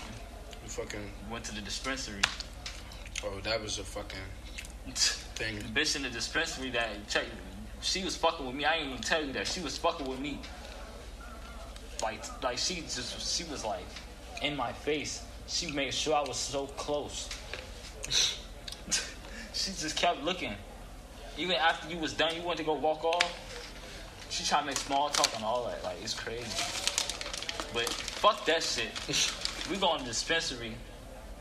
Speaker 1: fucking.
Speaker 2: went to the dispensary.
Speaker 1: Oh, that was a fucking
Speaker 2: the
Speaker 1: thing.
Speaker 2: bitch in the dispensary that checked, she was fucking with me. I didn't even tell you that she was fucking with me. Like, like she just, she was like in my face. She made sure I was so close. she just kept looking. Even after you was done, you went to go walk off. She tried to make small talk and all that. Like, it's crazy. But fuck that shit. we going to dispensary.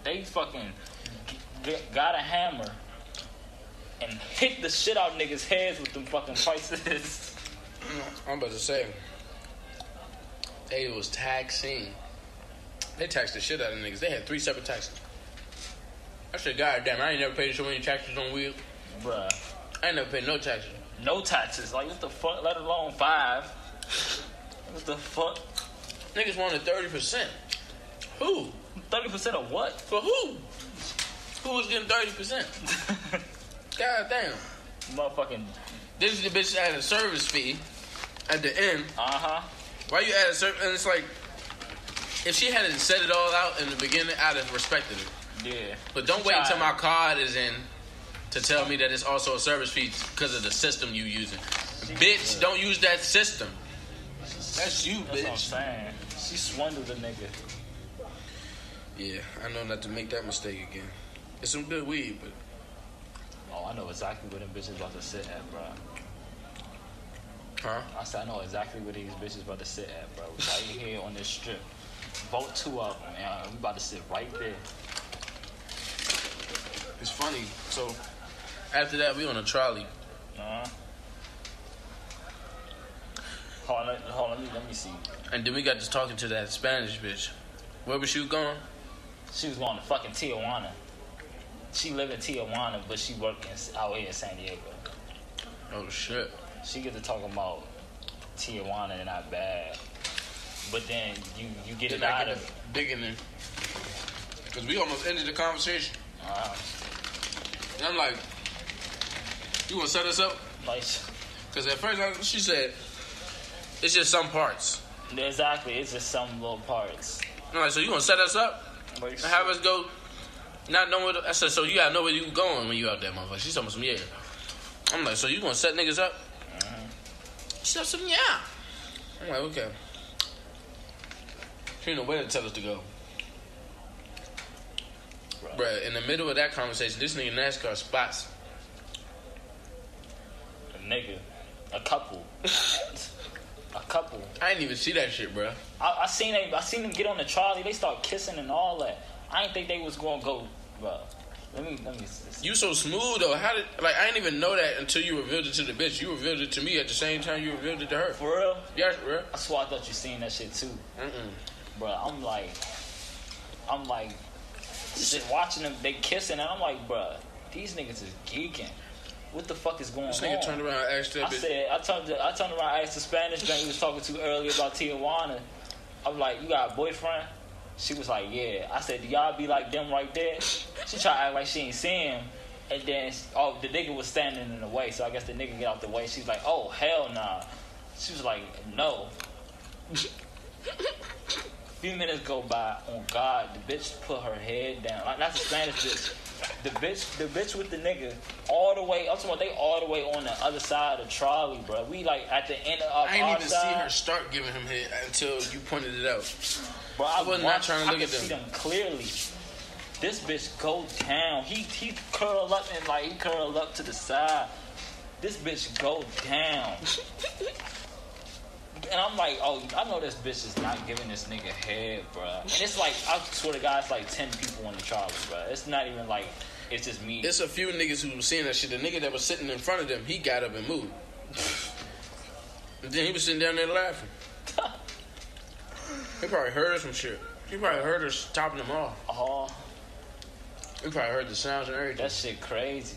Speaker 2: They fucking g- got a hammer and hit the shit out of niggas' heads with them fucking prices.
Speaker 1: I'm about to say. They was taxing. They taxed the shit out of niggas. They had three separate taxes. I said, God damn, I ain't never paid so many taxes on wheel.
Speaker 2: Bruh.
Speaker 1: I ain't never paid no taxes.
Speaker 2: No taxes. Like, what the fuck? Let alone five. What the fuck?
Speaker 1: Niggas wanted 30%. Who?
Speaker 2: 30% of what?
Speaker 1: For who? Who was getting 30%? God damn.
Speaker 2: Motherfucking.
Speaker 1: This is the bitch that had a service fee at the end.
Speaker 2: Uh huh.
Speaker 1: Why you add a service? And it's like, if she hadn't set it all out in the beginning, I'd have respected it.
Speaker 2: Yeah.
Speaker 1: But don't wait until my card is in to tell me that it's also a service fee because of the system you using. Bitch, don't use that system. That's you,
Speaker 2: That's what I'm
Speaker 1: bitch.
Speaker 2: saying. She swindled the nigga.
Speaker 1: Yeah, I know not to make that mistake again. It's some good weed, but
Speaker 2: Oh, I know exactly where them bitches about to sit at, bro.
Speaker 1: huh?
Speaker 2: I said, I know exactly where these bitches about to sit at, bro. Right here on this strip. Vote two of them, man. We about to sit right there.
Speaker 1: It's funny. So After that, we on a trolley.
Speaker 2: Uh-huh. Hold on, hold on, let me, let me see.
Speaker 1: And then we got to talking to that Spanish bitch. Where was you going?
Speaker 2: She was going to fucking Tijuana. She live in Tijuana, but she work in, out here in San Diego.
Speaker 1: Oh shit.
Speaker 2: She get to talk about Tijuana and not bad. But then you, you get
Speaker 1: Did
Speaker 2: it
Speaker 1: I
Speaker 2: out
Speaker 1: get
Speaker 2: of
Speaker 1: a digging in? Cause we almost ended the conversation.
Speaker 2: uh,
Speaker 1: And I'm like, you gonna set us up?
Speaker 2: like
Speaker 1: Cause at first I, she said, it's just some parts.
Speaker 2: exactly. It's just some little parts.
Speaker 1: And I'm like, so you gonna set us up?
Speaker 2: Like,
Speaker 1: And have us go not knowing where the- I said, so you gotta know where you going when you out there, motherfucker. She's almost yeah. I'm like, so you gonna set niggas up? Mm-hmm. She said some yeah. I'm like, okay. She know where to tell us to go.
Speaker 2: Right.
Speaker 1: Bruh, in the middle of that conversation, this nigga NASCAR spots.
Speaker 2: a nigga, a couple, a couple.
Speaker 1: I didn't even see that shit, bruh.
Speaker 2: I, I seen they, I seen them get on the trolley. They start kissing and all that. I didn't think they was gonna go, bro. Let me let me. s-
Speaker 1: You so smooth though. How did like I didn't even know that until you revealed it to the bitch. You revealed it to me at the same time you revealed it to her.
Speaker 2: For real,
Speaker 1: Yes, bruh.
Speaker 2: I swear I thought you seen that shit too,
Speaker 1: Mm-mm.
Speaker 2: bro. I'm like, I'm like, shit, watching them. They kissing and I'm like, bro, these niggas is geeking. What the fuck is going
Speaker 1: This
Speaker 2: on?
Speaker 1: nigga turned around and asked that
Speaker 2: Oh. I
Speaker 1: bitch.
Speaker 2: said, I turned, to, I turned around, and asked the Spanish man you was talking to earlier about Tijuana. I'm like, you got a boyfriend? She was like, yeah. I said, do y'all be like them right there? She tried to act like she ain't seeing him. And then, oh, the nigga was standing in the way, so I guess the nigga get out the way. She's like, oh, hell nah. She was like, no. Few minutes go by. On God, the bitch put her head down. Like that's a Spanish bitch. The bitch, the bitch with the nigga, all the way. I'm talking about they all the way on the other side of the trolley, bro. We like at the end of
Speaker 1: I ain't
Speaker 2: our
Speaker 1: even see
Speaker 2: side.
Speaker 1: her start giving him head until you pointed it out.
Speaker 2: Bro, I,
Speaker 1: was not
Speaker 2: watched-
Speaker 1: trying to
Speaker 2: I
Speaker 1: look
Speaker 2: could
Speaker 1: at them.
Speaker 2: see them clearly. This bitch go down. He he curl up and like he curl up to the side. This bitch go down. And I'm like, oh, I know this bitch is not giving this nigga head, bruh. And it's like, I swear to God, it's like 10 people on the trolley, bruh. It's not even like, it's just me.
Speaker 1: It's a few niggas who was seeing that shit. The nigga that was sitting in front of them, he got up and moved. and then he was sitting down there laughing. he probably heard some shit. He probably heard us topping them off.
Speaker 2: oh,
Speaker 1: He probably heard the sounds and everything.
Speaker 2: that shit crazy.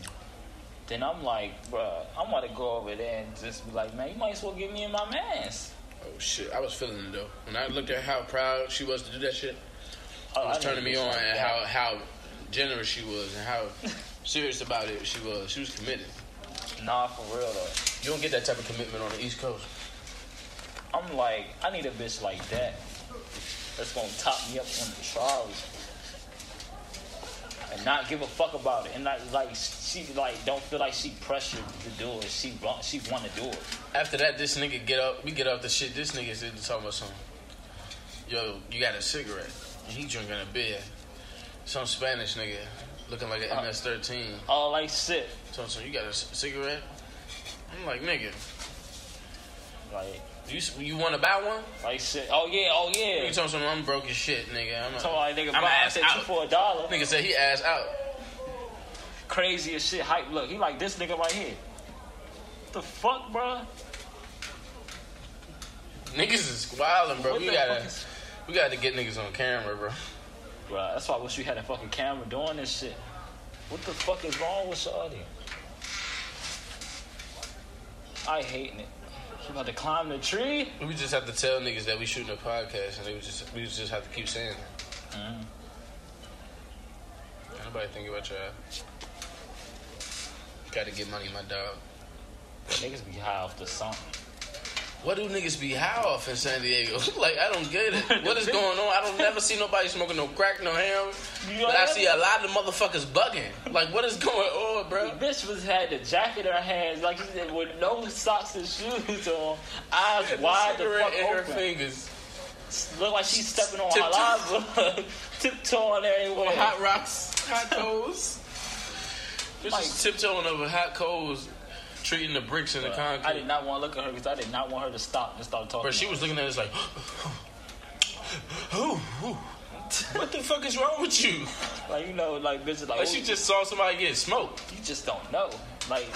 Speaker 2: Then I'm like, bruh, I'm about to go over there and just be like, man, you might as well give me in my mask.
Speaker 1: oh shit, I was feeling it though. When I looked at how proud she was to do that shit,
Speaker 2: Oh,
Speaker 1: it was
Speaker 2: I
Speaker 1: turning
Speaker 2: need
Speaker 1: me
Speaker 2: to
Speaker 1: on
Speaker 2: do
Speaker 1: and
Speaker 2: that.
Speaker 1: how how generous she was and how serious about it she was. She was committed.
Speaker 2: Nah, for real though.
Speaker 1: You don't get that type of commitment on the East Coast.
Speaker 2: I'm like, I need a bitch like that. That's gonna top me up on the trolley. And not give a fuck about it. And not like she like don't feel like she pressured to do it. She want she wanna do it.
Speaker 1: After that, this nigga get up. We get off the shit. This nigga sitting talking about something. Yo, you got a cigarette? And he drinking a beer. Some Spanish nigga looking like an
Speaker 2: Uh.
Speaker 1: MS-13.
Speaker 2: Oh like shit.
Speaker 1: So, so you got a c- cigarette? I'm like, nigga,
Speaker 2: Like
Speaker 1: you s- you want to buy one?
Speaker 2: like shit. Oh yeah, oh
Speaker 1: You
Speaker 2: yeah.
Speaker 1: talking some? I'm broke as shit, nigga. I'm like,
Speaker 2: Told like nigga
Speaker 1: I'm
Speaker 2: buy
Speaker 1: ass
Speaker 2: that two
Speaker 1: out.
Speaker 2: for a dollar.
Speaker 1: Nigga said he ass out.
Speaker 2: Crazy as shit hype look. He like this nigga right here. The fuck, bruh?
Speaker 1: Niggas is wildin', bro.
Speaker 2: What
Speaker 1: we
Speaker 2: the
Speaker 1: gotta
Speaker 2: fuck is-
Speaker 1: we gotta get niggas on camera, bro.
Speaker 2: Bruh, that's why I wish we had a fucking camera doing this shit. What the fuck is wrong with Shawty? I hating it. She about to climb the tree?
Speaker 1: We just have to tell niggas that we shooting a podcast, and they would just we would just have to keep saying that.
Speaker 2: Mm-hmm.
Speaker 1: Ain't Nobody think about your ass. Gotta get money, my dog.
Speaker 2: Niggas be high off the something.
Speaker 1: What do niggas be high off in San Diego? like I don't get it. What is going on? I don't never see nobody smoking no crack, no heroin.
Speaker 2: You
Speaker 1: But I
Speaker 2: know?
Speaker 1: see a lot of motherfuckers bugging. Like what is going on,
Speaker 2: The
Speaker 1: bro?
Speaker 2: bitch was had the jacket in her hands, like she said, with no socks and shoes on, eyes wide the
Speaker 1: Cigarette
Speaker 2: fuck
Speaker 1: in her
Speaker 2: open.
Speaker 1: fingers.
Speaker 2: Look like she's stepping on
Speaker 1: Tiptoe.
Speaker 2: halava, tiptoeing everywhere.
Speaker 1: Hot rocks, hot coals. Just
Speaker 2: Like-
Speaker 1: is tiptoeing over hot coals, treating the bricks in the concrete.
Speaker 2: I did not want to look at her because I did not want her to stop and start talking.
Speaker 1: But she was looking at us like, ooh, ooh, What the fuck is wrong with you?
Speaker 2: Like you know, like bitches like
Speaker 1: Unless
Speaker 2: oh,
Speaker 1: you just saw somebody get smoked.
Speaker 2: you just don't know. Like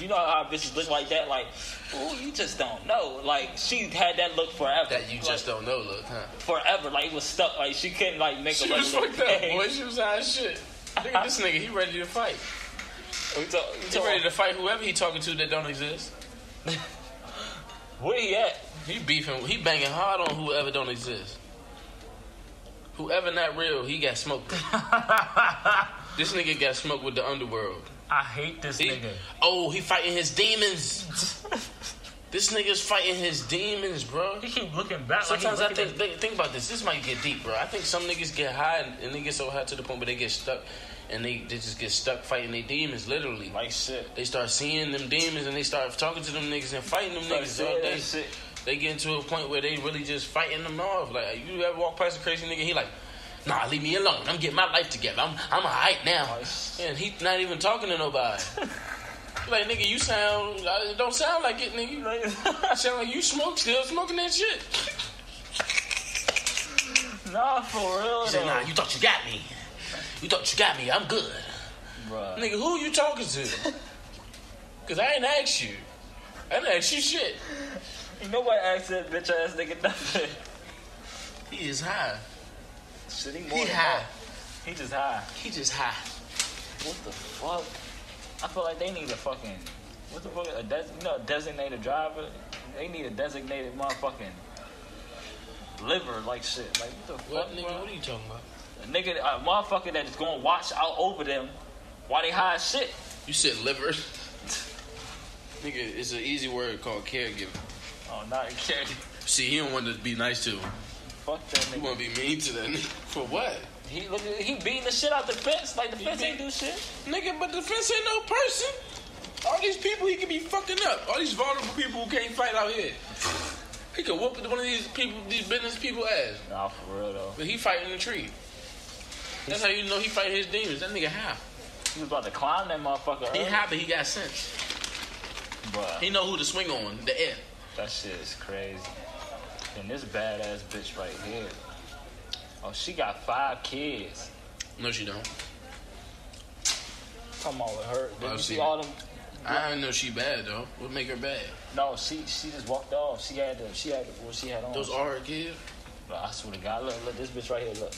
Speaker 2: you know how bitches look like that. Like oh, you just don't know. Like she had that look forever.
Speaker 1: That you just don't know, look, huh?
Speaker 2: Like, forever. Like it was stuck. Like she couldn't like make
Speaker 1: She
Speaker 2: a
Speaker 1: was
Speaker 2: regular
Speaker 1: fucked up,
Speaker 2: thing.
Speaker 1: boy. She was high as shit. Look at this nigga. He ready to fight.
Speaker 2: We talk- we
Speaker 1: He
Speaker 2: talk-
Speaker 1: ready to fight whoever he talking to that don't exist.
Speaker 2: Where he at?
Speaker 1: He beefing. He banging hard on whoever don't exist. Whoever not real, he got smoked. this nigga got smoked with the underworld.
Speaker 2: I hate this
Speaker 1: He- oh, he fighting his demons. this nigga's fighting his demons, bro.
Speaker 2: He keep looking back.
Speaker 1: Sometimes I think, think think about this. This might get deep, bro. I think some niggas get high and, and they get so high to the point where they get stuck, and they, they just get stuck fighting their demons, literally.
Speaker 2: like shit.
Speaker 1: They start seeing them demons and they start talking to them niggas and fighting them
Speaker 2: Like,
Speaker 1: niggas all
Speaker 2: yeah,
Speaker 1: day.
Speaker 2: that shit.
Speaker 1: They get into a point where they really just fighting them off. Like you ever walk past a crazy nigga, he like, nah, leave me alone. I'm getting my life together. I'm I'm alright now. And he not even talking to nobody. like nigga, you sound it don't sound like it, nigga.
Speaker 2: Like,
Speaker 1: sound like you smoke still smoking that shit.
Speaker 2: nah, for real
Speaker 1: He
Speaker 2: though.
Speaker 1: said, nah, you thought you got me. You thought you got me. I'm good.
Speaker 2: Bruh.
Speaker 1: Nigga, who you talking to? Cause I ain't asked you. I didn't ask you shit.
Speaker 2: Ain't Nobody asked that bitch ass nigga nothing.
Speaker 1: He is high.
Speaker 2: Shit, he more
Speaker 1: He
Speaker 2: than
Speaker 1: high.
Speaker 2: that. He just high.
Speaker 1: He just high.
Speaker 2: What the fuck? I feel like they need a fucking what the fuck a des- you know a designated driver. They need a designated motherfucking liver like shit. Like what the
Speaker 1: What
Speaker 2: fuck,
Speaker 1: nigga?
Speaker 2: bro?
Speaker 1: What are you talking about?
Speaker 2: A nigga, a motherfucker that is gonna watch out over them while they high as shit.
Speaker 1: You said liver. nigga, it's an easy word called caregiver.
Speaker 2: Oh, not kidding.
Speaker 1: See, he don't want to be nice to him.
Speaker 2: Fuck that
Speaker 1: He
Speaker 2: nigga.
Speaker 1: want to be mean to that nigga. For what?
Speaker 2: He look, at- he beating the shit out the fence. Like the fence ain't do shit.
Speaker 1: Nigga, but the fence ain't no person. All these people he could be fucking up. All these vulnerable people who can't fight out here. He could whoop one of these people, these business people ass.
Speaker 2: Nah, for real though.
Speaker 1: But he fighting the tree. That's how you know he fighting his demons. That nigga high.
Speaker 2: He was about to climb that motherfucker.
Speaker 1: He
Speaker 2: early,
Speaker 1: high, but he got sense.
Speaker 2: bruh.
Speaker 1: He know who to swing on. The air.
Speaker 2: That shit is crazy. And this badass bitch right here. Oh, she got five kids.
Speaker 1: No, she don't.
Speaker 2: Come on with her. Did
Speaker 1: I've
Speaker 2: you see
Speaker 1: seen
Speaker 2: all them?
Speaker 1: I know she bad though. What make her bad?
Speaker 2: No, she she just walked off. She had the she had the, what she had on.
Speaker 1: Those are her kids.
Speaker 2: Bro, I swear to God, look look this bitch right here. Look,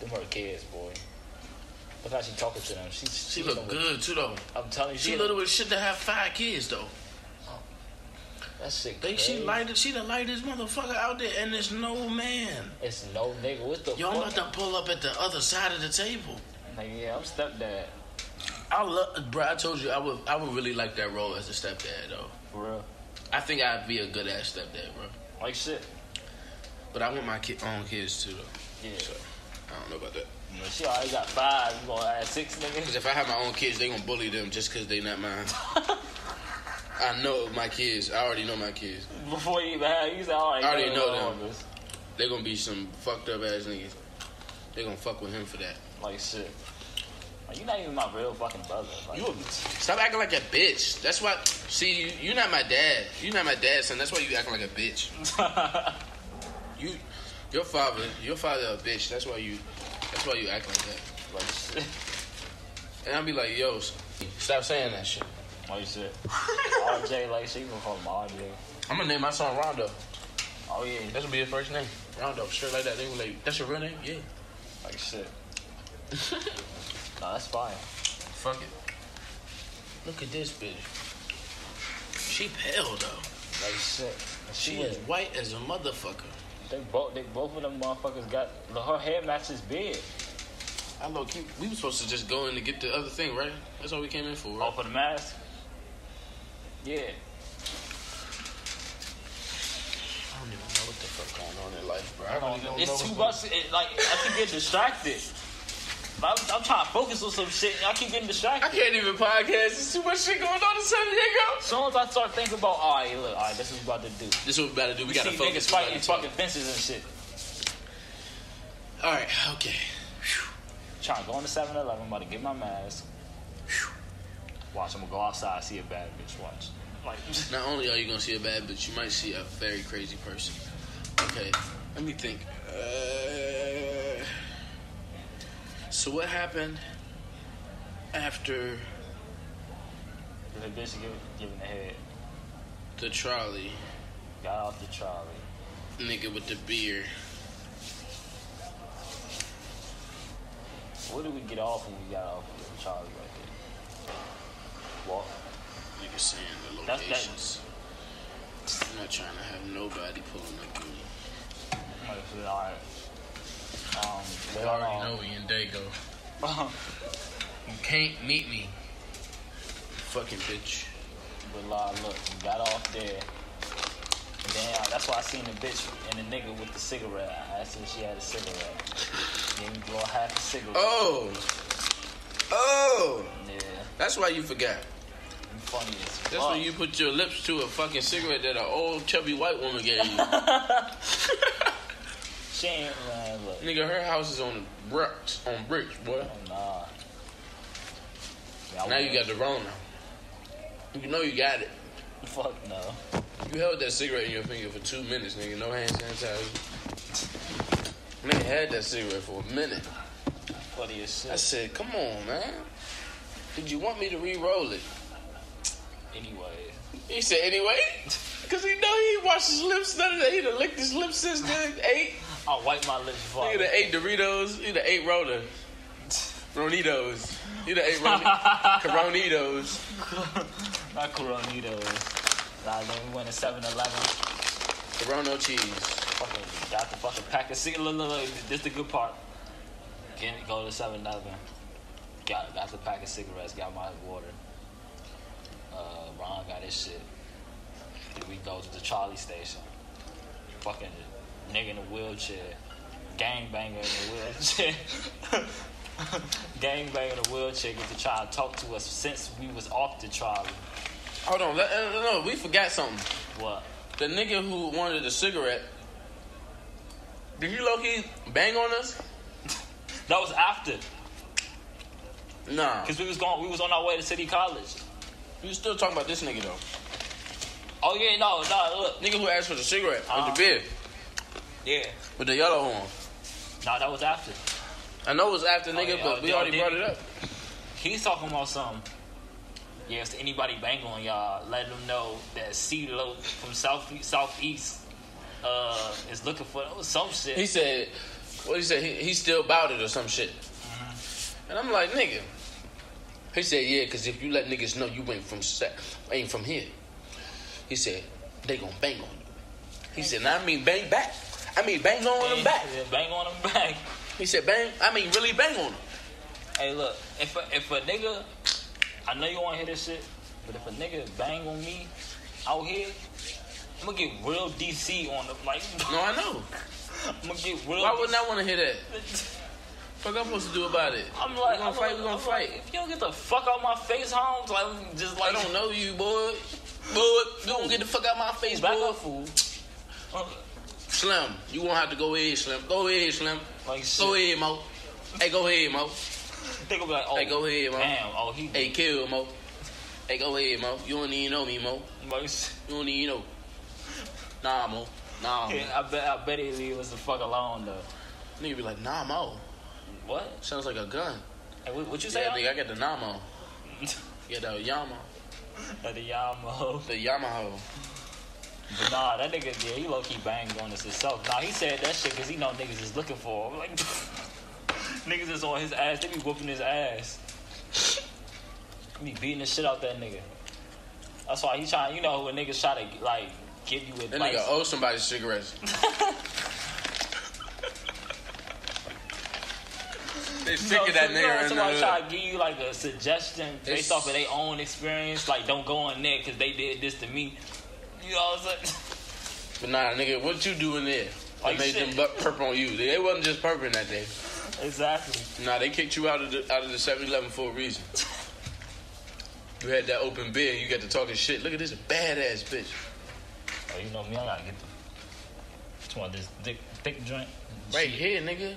Speaker 2: them her kids, boy. Look how she talking to them. She
Speaker 1: She look good too though.
Speaker 2: I'm telling you,
Speaker 1: She
Speaker 2: look-
Speaker 1: little as shit to have five kids though.
Speaker 2: That shit.
Speaker 1: They she
Speaker 2: crazy.
Speaker 1: lighted she the lightest motherfucker out there and there's no man.
Speaker 2: It's no nigga. What the
Speaker 1: Yo, I'm
Speaker 2: fuck?
Speaker 1: about to pull up at the other side of the table.
Speaker 2: Nigga, yeah, I'm stepdad.
Speaker 1: I love bro, I told you I would I would really like that role as a stepdad though.
Speaker 2: For real.
Speaker 1: I think I'd be a good ass stepdad, bro.
Speaker 2: Like shit.
Speaker 1: But I want my ki- own kids too though.
Speaker 2: Yeah.
Speaker 1: So I don't know about that.
Speaker 2: You know, she already got five. You gonna add six niggas?
Speaker 1: Cause if I have my own kids, they gonna bully them just cause they not mine. I know my kids. I already know my kids.
Speaker 2: Before you even had, you said, all right.
Speaker 1: I already
Speaker 2: yeah,
Speaker 1: know
Speaker 2: yeah,
Speaker 1: them.
Speaker 2: yeah, this-
Speaker 1: They gonna be some fucked up ass niggas. They gonna fuck with him for that.
Speaker 2: Like shit. Like, you're not even my real fucking brother. Like,
Speaker 1: You a, stop acting like a bitch. That's why. See, you, you're not my dad. You're not my dad, son. That's why you acting like a bitch. you, your father, your father a bitch. That's why you. That's why you act like that.
Speaker 2: like shit.
Speaker 1: And I'll be like, yo, s- stop saying that shit.
Speaker 2: Like shit. RJ, like shit. You gonna call him RJ?
Speaker 1: I'm gonna name my son Rondo.
Speaker 2: Oh yeah.
Speaker 1: That's gonna be his first name. Rondo, straight like that. They were like, that's your real name? Yeah.
Speaker 2: Like shit. nah, that's fine.
Speaker 1: Fuck it. Look at this bitch. She pale though.
Speaker 2: Like shit. And
Speaker 1: She
Speaker 2: She
Speaker 1: is
Speaker 2: was.
Speaker 1: white as a motherfucker.
Speaker 2: They both. They both of them motherfuckers got. Look, her hair matches beard.
Speaker 1: I low key, we were supposed to just go in to get the other thing, right? That's all we came in for. Right?
Speaker 2: Oh, for the mask.
Speaker 1: I
Speaker 2: Yeah.
Speaker 1: don't even know what the fuck going on in life, bro. I really don't know
Speaker 2: It's
Speaker 1: what's
Speaker 2: too
Speaker 1: going-
Speaker 2: much. It, like I keep getting distracted. I'm, I'm trying to focus on some shit. And I keep getting distracted.
Speaker 1: I can't even podcast. It's too much shit going on in San Diego.
Speaker 2: As soon as I start thinking about, all right, look, all right, this is what we about to do.
Speaker 1: This is what we gotta do. We,
Speaker 2: We,
Speaker 1: gotta
Speaker 2: see
Speaker 1: focus.
Speaker 2: niggas
Speaker 1: We gotta
Speaker 2: fighting
Speaker 1: talk.
Speaker 2: fucking fences and shit.
Speaker 1: All right, okay.
Speaker 2: Trying to go into 7 Eleven, about to get my mask. Watch, I'm gonna go outside, see a bad bitch, watch. Like,
Speaker 1: Not only are you gonna see a bad bitch, you might see a very crazy person. Okay, let me think. Uh, So what happened after
Speaker 2: The bitch give, giving the head.
Speaker 1: the trolley
Speaker 2: Got off the trolley.
Speaker 1: nigga with the beer?
Speaker 2: What did we get off when we got off of the trolley right there? Walk.
Speaker 1: Nigga saying the
Speaker 2: That's- that-
Speaker 1: locations. I'm not trying to have nobody pulling like me.
Speaker 2: Alright, so, alright. Um,
Speaker 1: We
Speaker 2: but,
Speaker 1: already
Speaker 2: um,
Speaker 1: know we in Dago. You can't meet me. Fucking bitch.
Speaker 2: But uh, look, we got off there. And then uh, that's why I seen the bitch and the nigga with the cigarette. I asked her if she had a cigarette. Then we blow half a cigarette.
Speaker 1: Oh. Oh.
Speaker 2: Yeah,
Speaker 1: That's why you forgot.
Speaker 2: I'm funny as fuck.
Speaker 1: That's when you put your lips to a fucking cigarette that an old chubby white woman gave you.
Speaker 2: She ain't man, look.
Speaker 1: Nigga, her house is on bricks, on bricks, boy.
Speaker 2: Nah. Yeah, I
Speaker 1: Now you
Speaker 2: wouldn't-
Speaker 1: got the Rona. You know you got it.
Speaker 2: Fuck no.
Speaker 1: You held that cigarette in your finger for two minutes, nigga. No hand sanitizer. Man had that cigarette for a minute.
Speaker 2: Funny as
Speaker 1: I
Speaker 2: shit.
Speaker 1: said, come on, man. Did you want me to re-roll it?
Speaker 2: Anyway.
Speaker 1: He said, anyway, because he know he washed his lips. None of that. He done licked his lips since then. Ate.
Speaker 2: I'll wipe my lips before I
Speaker 1: He done ate Doritos. He done ate Rona. Ronitos. He done ate Roni- Coronitos.
Speaker 2: Not Coronitos. Nah, then we went to 7 Eleven.
Speaker 1: Corono cheese.
Speaker 2: Fucking got the fucking pack of cigarettes. Look, look, look, this the good part. Get, go to 7 Eleven. Got, got the pack of cigarettes, got my water. Uh, Ron got his shit. Then we go to the Charlie station. Fucking nigga in the wheelchair. Gangbanger in the wheelchair. Gangbanger in the wheelchair get to try and talk to us since we was off the trolley.
Speaker 1: Hold on. Let, uh, no, we forgot something.
Speaker 2: What?
Speaker 1: The nigga who wanted the cigarette. Did you low key bang on us?
Speaker 2: That was after,
Speaker 1: Nah.
Speaker 2: cause we was going, we was on our way to City College.
Speaker 1: You still talking about this nigga though.
Speaker 2: Oh yeah, no, no, look,
Speaker 1: Nigga who asked for the cigarette
Speaker 2: Uh-huh.
Speaker 1: with the beer
Speaker 2: yeah,
Speaker 1: with the yellow one.
Speaker 2: no, that was after.
Speaker 1: I know it was after nigga,
Speaker 2: yeah,
Speaker 1: but
Speaker 2: oh,
Speaker 1: we
Speaker 2: yeah,
Speaker 1: already
Speaker 2: did-
Speaker 1: brought it up.
Speaker 2: He's talking about some. Yeah, if anybody bang on y'all, let them know that CeeLo from South Southeast uh, is looking for some shit.
Speaker 1: He said, "What he said? He, he still about it or some shit."
Speaker 2: Mm-hmm.
Speaker 1: And I'm like, "Nigga." He said, "Yeah, because if you let niggas know you ain't from sa- ain't from here," he said, "they gonna bang on you." He said, "And I mean bang back. I mean bang on them back."
Speaker 2: Yeah, bang on them back.
Speaker 1: He said, "Bang. I mean really bang on them."
Speaker 2: Hey, look, if a, if a nigga, I know you want to hear this shit, but if a nigga bang on me out here, I'm gonna get real DC on them. Like,
Speaker 1: No, I know.
Speaker 2: I'm gonna get real.
Speaker 1: Why wouldn't I want to hear that?
Speaker 2: DC.
Speaker 1: Fuck, I'm supposed to do about it.
Speaker 2: I'm like,
Speaker 1: we gonna
Speaker 2: I'm
Speaker 1: fight.
Speaker 2: like-
Speaker 1: we gonna
Speaker 2: I'm
Speaker 1: fight.
Speaker 2: Like, if you don't get the fuck out my face, Holmes, like just
Speaker 1: I
Speaker 2: like
Speaker 1: don't know you, boy. Boy, don't get the fuck out my face,
Speaker 2: back
Speaker 1: boy.
Speaker 2: up, fool. Uh,
Speaker 1: Slim, you won't have to go ahead, Slim. Go ahead, Slim.
Speaker 2: Like
Speaker 1: Go
Speaker 2: shit.
Speaker 1: ahead, Mo. Hey, go ahead, Mo.
Speaker 2: They gonna be like, oh,
Speaker 1: Hey, go ahead, Mo.
Speaker 2: damn, oh he
Speaker 1: Hey, kill, Mo. Hey, go ahead, Mo. You don't even know me, Mo.
Speaker 2: like, shit.
Speaker 1: You don't even know. Nah, Mo. Nah, Mo.
Speaker 2: I bet I bet he leave us the fuck alone though.
Speaker 1: Nigga be like, nah, Mo.
Speaker 2: What?
Speaker 1: Sounds like a gun.
Speaker 2: Hey, what, what you say?
Speaker 1: Yeah,
Speaker 2: Holmes?
Speaker 1: nigga, I got the nah, Mo. Yeah, the Yama.
Speaker 2: At the Yamo.
Speaker 1: The Yamaha.
Speaker 2: But nah, that nigga, yeah, he low key banged on us himself. Nah, he said that shit because he know niggas is looking for him. Like, niggas is on his ass. They be whooping his ass. be beating the shit out that nigga. That's why he trying, you know, when niggas try to, like, give you
Speaker 1: That
Speaker 2: advice.
Speaker 1: nigga owe somebody cigarettes. they
Speaker 2: You
Speaker 1: sick
Speaker 2: know,
Speaker 1: of that
Speaker 2: so- you know,
Speaker 1: nigga right
Speaker 2: somebody
Speaker 1: now.
Speaker 2: try to give you like a suggestion
Speaker 1: It's-
Speaker 2: based off of their own experience, like don't go in there because they did this to me. You know what I'm saying?
Speaker 1: But nah, nigga, what you doing there? I
Speaker 2: Like
Speaker 1: made
Speaker 2: shit.
Speaker 1: them butt purple on you. They wasn't just purping that day.
Speaker 2: exactly.
Speaker 1: Nah, they kicked you out of the out of the 7-Eleven for a reason. You had that open beer and you got to talking shit. Look at this badass bitch.
Speaker 2: Oh, you know me, I gotta get the. Which one? This thick, thick joint.
Speaker 1: Right here, nigga.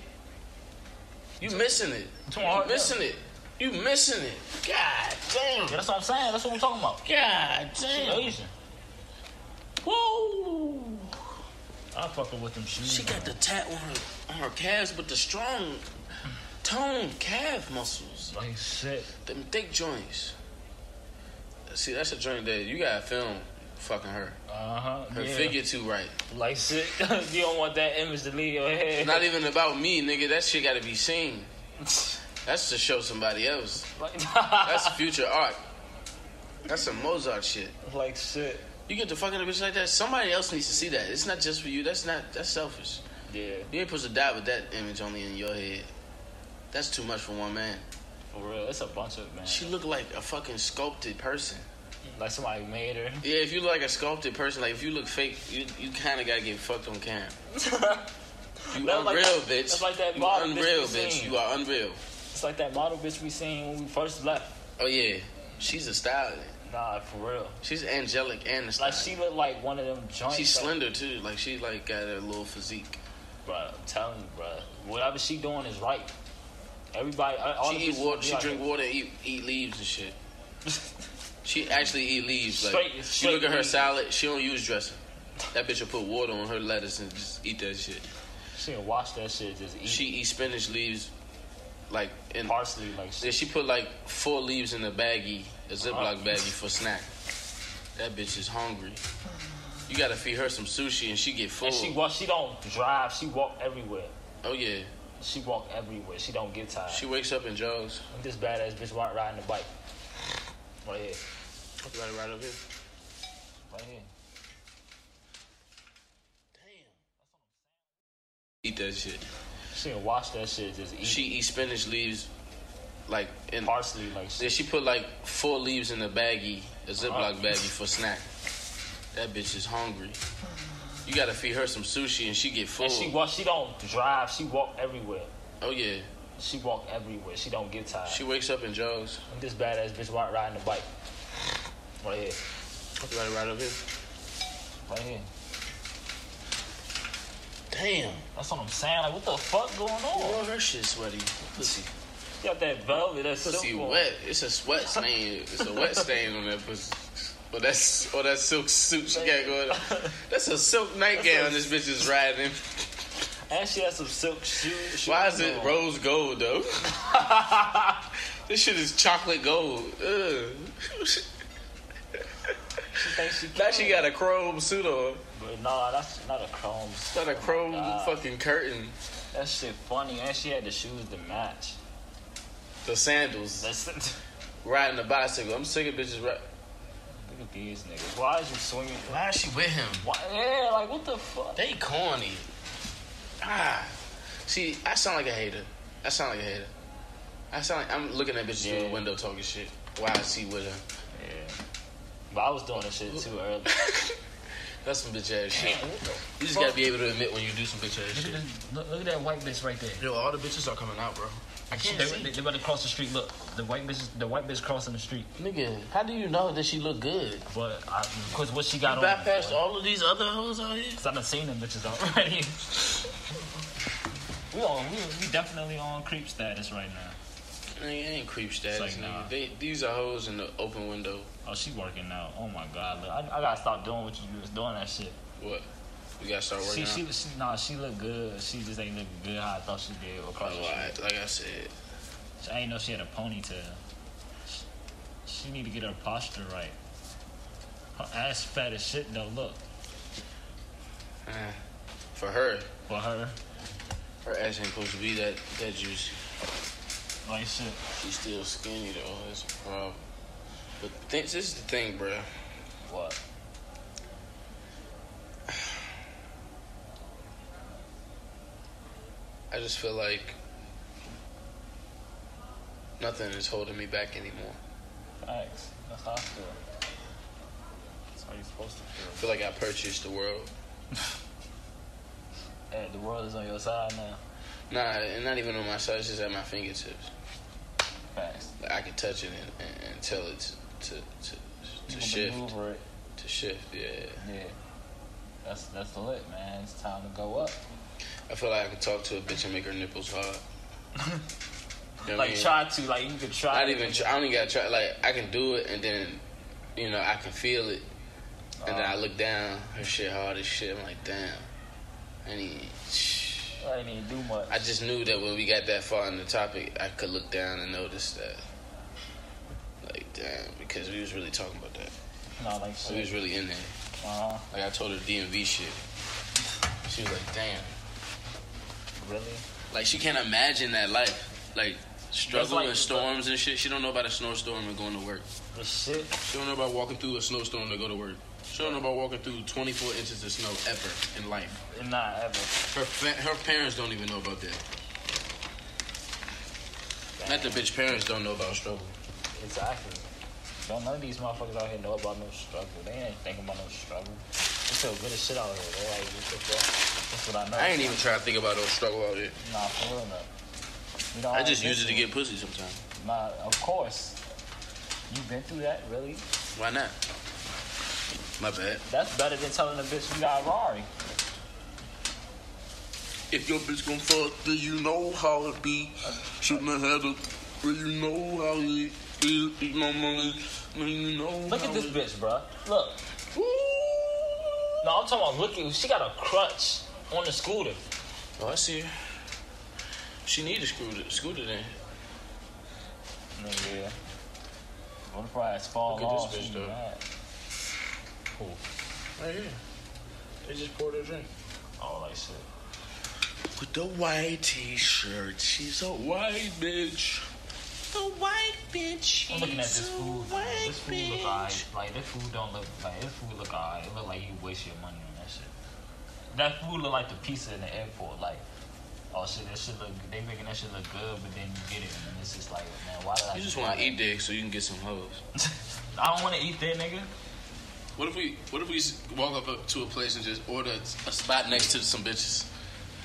Speaker 1: You missing it.
Speaker 2: Come on,
Speaker 1: You
Speaker 2: hurry
Speaker 1: missing it. You missing it. God
Speaker 2: Yeah,
Speaker 1: damn.
Speaker 2: that's what I'm saying. That's what I'm talking about.
Speaker 1: God
Speaker 2: She
Speaker 1: damn.
Speaker 2: Asian.
Speaker 1: Woo.
Speaker 2: I fuck her with them shoes.
Speaker 1: She got
Speaker 2: on.
Speaker 1: the tat on her on her calves, but the strong tone calf muscles.
Speaker 2: Like shit.
Speaker 1: Them thick joints. See, that's a joint that you gotta film fucking her.
Speaker 2: Uh huh.
Speaker 1: Her
Speaker 2: yeah.
Speaker 1: figure too right.
Speaker 2: Like shit. you don't want that image to leave your head.
Speaker 1: It's not even about me, nigga. That shit gotta be seen. That's to show somebody else. That's
Speaker 2: like,
Speaker 1: future art. That's some Mozart shit.
Speaker 2: like shit.
Speaker 1: You get to fucking a bitch like that, somebody else needs to see that. It's not just for you. That's not that's selfish.
Speaker 2: Yeah.
Speaker 1: You ain't supposed to die with that image only in your head. That's too much for one man.
Speaker 2: For real. It's a bunch of man.
Speaker 1: She looked like a fucking sculpted person.
Speaker 2: Like somebody made her.
Speaker 1: Yeah, if you look like a sculpted person, like if you look fake, you you kind of gotta get fucked on camera. You
Speaker 2: That's like-
Speaker 1: unreal, bitch.
Speaker 2: that's like that
Speaker 1: you
Speaker 2: model bitch
Speaker 1: unreal,
Speaker 2: we
Speaker 1: bitch.
Speaker 2: seen.
Speaker 1: You are unreal.
Speaker 2: It's like that model bitch we seen when we first left.
Speaker 1: Oh yeah, she's a stylist.
Speaker 2: Nah, for real.
Speaker 1: She's angelic and a
Speaker 2: Like
Speaker 1: stylist.
Speaker 2: she looked like one of them joints.
Speaker 1: she's
Speaker 2: like-
Speaker 1: slender too. Like she like got a little physique.
Speaker 2: Bro, I'm telling you, bro. Whatever she doing is right. Everybody, uh, all the
Speaker 1: she eat
Speaker 2: bitches
Speaker 1: water.
Speaker 2: be
Speaker 1: She
Speaker 2: like-
Speaker 1: drink water. Eat eat leaves and shit. she actually eat leaves. Like
Speaker 2: Straight-
Speaker 1: you
Speaker 2: straight
Speaker 1: look at her
Speaker 2: leaves.
Speaker 1: salad. She don't use dressing. That bitch will put water on her lettuce and just eat that shit.
Speaker 2: She can wash that shit, just eat
Speaker 1: She eat spinach leaves, like in
Speaker 2: parsley like
Speaker 1: Yeah,
Speaker 2: shit.
Speaker 1: she put like four leaves in a baggie, a Ziploc
Speaker 2: Oh.
Speaker 1: baggie for snack. That bitch is hungry. You gotta feed her some sushi and she get full.
Speaker 2: And she walk. She don't drive. She walk everywhere.
Speaker 1: oh yeah,
Speaker 2: She walk everywhere. She don't get tired.
Speaker 1: she wakes up and jogs.
Speaker 2: this badass bitch ri- riding the bike. Right here.
Speaker 1: Right, right up here.
Speaker 2: Right here.
Speaker 1: Eat that shit.
Speaker 2: She can wash that shit, just eat
Speaker 1: She eat spinach leaves, like in.
Speaker 2: parsley like
Speaker 1: Yeah,
Speaker 2: shit.
Speaker 1: she put like four leaves in a baggie, a Ziploc
Speaker 2: Oh.
Speaker 1: baggie for snack. That bitch is hungry. You gotta feed her some sushi and she get full.
Speaker 2: And she walk. She don't drive. She walk everywhere.
Speaker 1: oh yeah,
Speaker 2: She walk everywhere. She don't get tired.
Speaker 1: she wakes up and jogs.
Speaker 2: And this badass bitch ri- riding the bike. Right here.
Speaker 1: Right, right up here.
Speaker 2: Right here.
Speaker 1: Damn.
Speaker 2: That's what I'm saying. Like, what the fuck going on?
Speaker 1: Oh, her shit sweaty. Pussy.
Speaker 2: You got that velvet, that
Speaker 1: Pussy
Speaker 2: silk on.
Speaker 1: wet. It's a sweat stain. It's a wet stain on that pussy. Or that's or that silk suit she got going on. That's a silk nightgown this bitch is riding. in.
Speaker 2: And she has some silk shoes.
Speaker 1: Why is
Speaker 2: on.
Speaker 1: it rose gold though? this shit is chocolate gold. Ugh.
Speaker 2: She thinks she
Speaker 1: now
Speaker 2: cute.
Speaker 1: she got a chrome suit on.
Speaker 2: But nah, that's not a chrome.
Speaker 1: It's not a chrome
Speaker 2: Nah.
Speaker 1: fucking curtain.
Speaker 2: That shit funny. And she had the shoes to match.
Speaker 1: The sandals.
Speaker 2: Listen.
Speaker 1: Riding a bicycle. I'm sick of bitches ri
Speaker 2: Look at these niggas. Why is you swinging?
Speaker 1: Why is she with him?
Speaker 2: Why? Yeah, like what the fuck?
Speaker 1: They corny. Ah, see, I sound like a hater. I sound like a hater. I sound like I'm looking at bitches through
Speaker 2: Yeah.
Speaker 1: the window talking shit. Why is he with her?
Speaker 2: Yeah. But I was doing this shit too early.
Speaker 1: That's some bitch ass shit.
Speaker 2: Damn, what the
Speaker 1: You just gotta be able to admit when you do some bitch ass
Speaker 2: Look
Speaker 1: shit.
Speaker 2: at, this, look, look at that white bitch right there.
Speaker 1: Yo, all the bitches are coming out, bro. I
Speaker 2: She,
Speaker 1: can't
Speaker 2: they,
Speaker 1: see.
Speaker 2: they, they about to cross the street. Look, the white bitch, is- the white bitch crossing the street.
Speaker 1: Nigga, how do you know that she look good?
Speaker 2: But I, cause what she got on?
Speaker 1: Bypassed
Speaker 2: boy.
Speaker 1: all of these other hoes out here.
Speaker 2: Cause I done seen them bitches already. we on, we, we definitely on creep status right
Speaker 1: Nigga,
Speaker 2: now.
Speaker 1: ain't creep status.
Speaker 2: like,
Speaker 1: nigga.
Speaker 2: nah.
Speaker 1: They, these are hoes in the open window.
Speaker 2: Oh, she working out. Oh my god, look, I, I gotta stop doing what you was doing that shit.
Speaker 1: What? We gotta start
Speaker 2: She,
Speaker 1: working
Speaker 2: she,
Speaker 1: out.
Speaker 2: was- she, nah, she look good. She just ain't looking good how I thought she did across the
Speaker 1: Oh,
Speaker 2: street.
Speaker 1: alright, like I said,
Speaker 2: I ain't know she had a ponytail. She, she need to get her posture right. Her ass fat as shit though. Look
Speaker 1: eh, for her,
Speaker 2: for her,
Speaker 1: her ass ain't supposed to be that that juicy.
Speaker 2: like shit.
Speaker 1: She's still skinny though. That's a problem. But th- this is the thing, bro.
Speaker 2: What?
Speaker 1: I just feel like nothing is holding me back anymore.
Speaker 2: Facts. That's how I feel. That's how you supposed to feel.
Speaker 1: I feel like I purchased the world.
Speaker 2: Hey, the world is on your side now.
Speaker 1: Nah, and not even on my side. It's just at my fingertips.
Speaker 2: Facts.
Speaker 1: Like, I can touch it and, and, and tell it to to to,
Speaker 2: You
Speaker 1: to
Speaker 2: gonna
Speaker 1: shift.
Speaker 2: move over it.
Speaker 1: To shift. Yeah.
Speaker 2: Yeah. That's that's the lit, man. It's time to go up.
Speaker 1: I feel like I can talk to a bitch and make her nipples hard. You know what I
Speaker 2: Like
Speaker 1: mean?
Speaker 2: try to, like you could try.
Speaker 1: I don't even. Try, I don't even gotta try. Like I can do it, and then you know I can feel it, and then I look down. Her shit hard as shit. I'm like, damn. I need.
Speaker 2: I didn't even do much.
Speaker 1: I just knew that when we got that far in the topic, I could look down and notice that. Like, damn, because we was really talking about that.
Speaker 2: Nah, like
Speaker 1: We was
Speaker 2: shit.
Speaker 1: really in there.
Speaker 2: Uh,
Speaker 1: Like, I told her DMV shit. She was like, damn.
Speaker 2: really?
Speaker 1: Like, she can't imagine that life. Like, struggle
Speaker 2: like-
Speaker 1: and storms and shit. She don't know about a snowstorm and going to work.
Speaker 2: The shit.
Speaker 1: She don't know about walking through a snowstorm to go to work. She don't know about walking through 24 inches of snow ever in life.
Speaker 2: Not ever.
Speaker 1: Her fa- her parents don't even know about that. Not the bitch parents don't know about struggle.
Speaker 2: Exactly. Don't none of these motherfuckers out here know about no struggle. They ain't thinking about no struggle. They feel good as shit out here. They're like, what the fuck? That's what I know.
Speaker 1: I ain't even trying to think about no struggle out here.
Speaker 2: Nah, for real, no. You know,
Speaker 1: I just
Speaker 2: been
Speaker 1: use it to
Speaker 2: through
Speaker 1: get pussy sometimes.
Speaker 2: Nah, of course. You've been through that, really?
Speaker 1: Why not? My bad.
Speaker 2: That's better than telling a bitch you got Rari.
Speaker 1: If your bitch gon' fuck, then you know how it be. Shooting her head up, then you know how it is. You know, money, then you know
Speaker 2: Look
Speaker 1: how
Speaker 2: at this
Speaker 1: it-
Speaker 2: bitch, bruh. Look. No, I'm talking about look at she got a crutch on the scooter.
Speaker 1: Oh, I see. her. She need to screw the scooter then.
Speaker 2: Nigga. What if her ass fall
Speaker 1: Look at this
Speaker 2: off?
Speaker 1: bitch,
Speaker 2: She
Speaker 1: though.
Speaker 2: mad.
Speaker 1: Right here. They just poured her drink.
Speaker 2: All that shit.
Speaker 1: With the white t-shirt, she's a white bitch. The white bitch.
Speaker 2: I'm looking at this
Speaker 1: she's a
Speaker 2: food.
Speaker 1: white
Speaker 2: This food
Speaker 1: bitch.
Speaker 2: look alright. Like this food don't look like this food look alright. It look like you waste your money on that shit. That food look like the pizza in the airport. Like, oh shit, that shit look. They making that shit look good, but then you get it and it's just like, man, why did I?
Speaker 1: You just
Speaker 2: do
Speaker 1: want
Speaker 2: that?
Speaker 1: to eat dick so you can get some hoes.
Speaker 2: I don't want to eat that, nigga.
Speaker 1: What if we What if we s- walk up to a place and just order a spot next to some bitches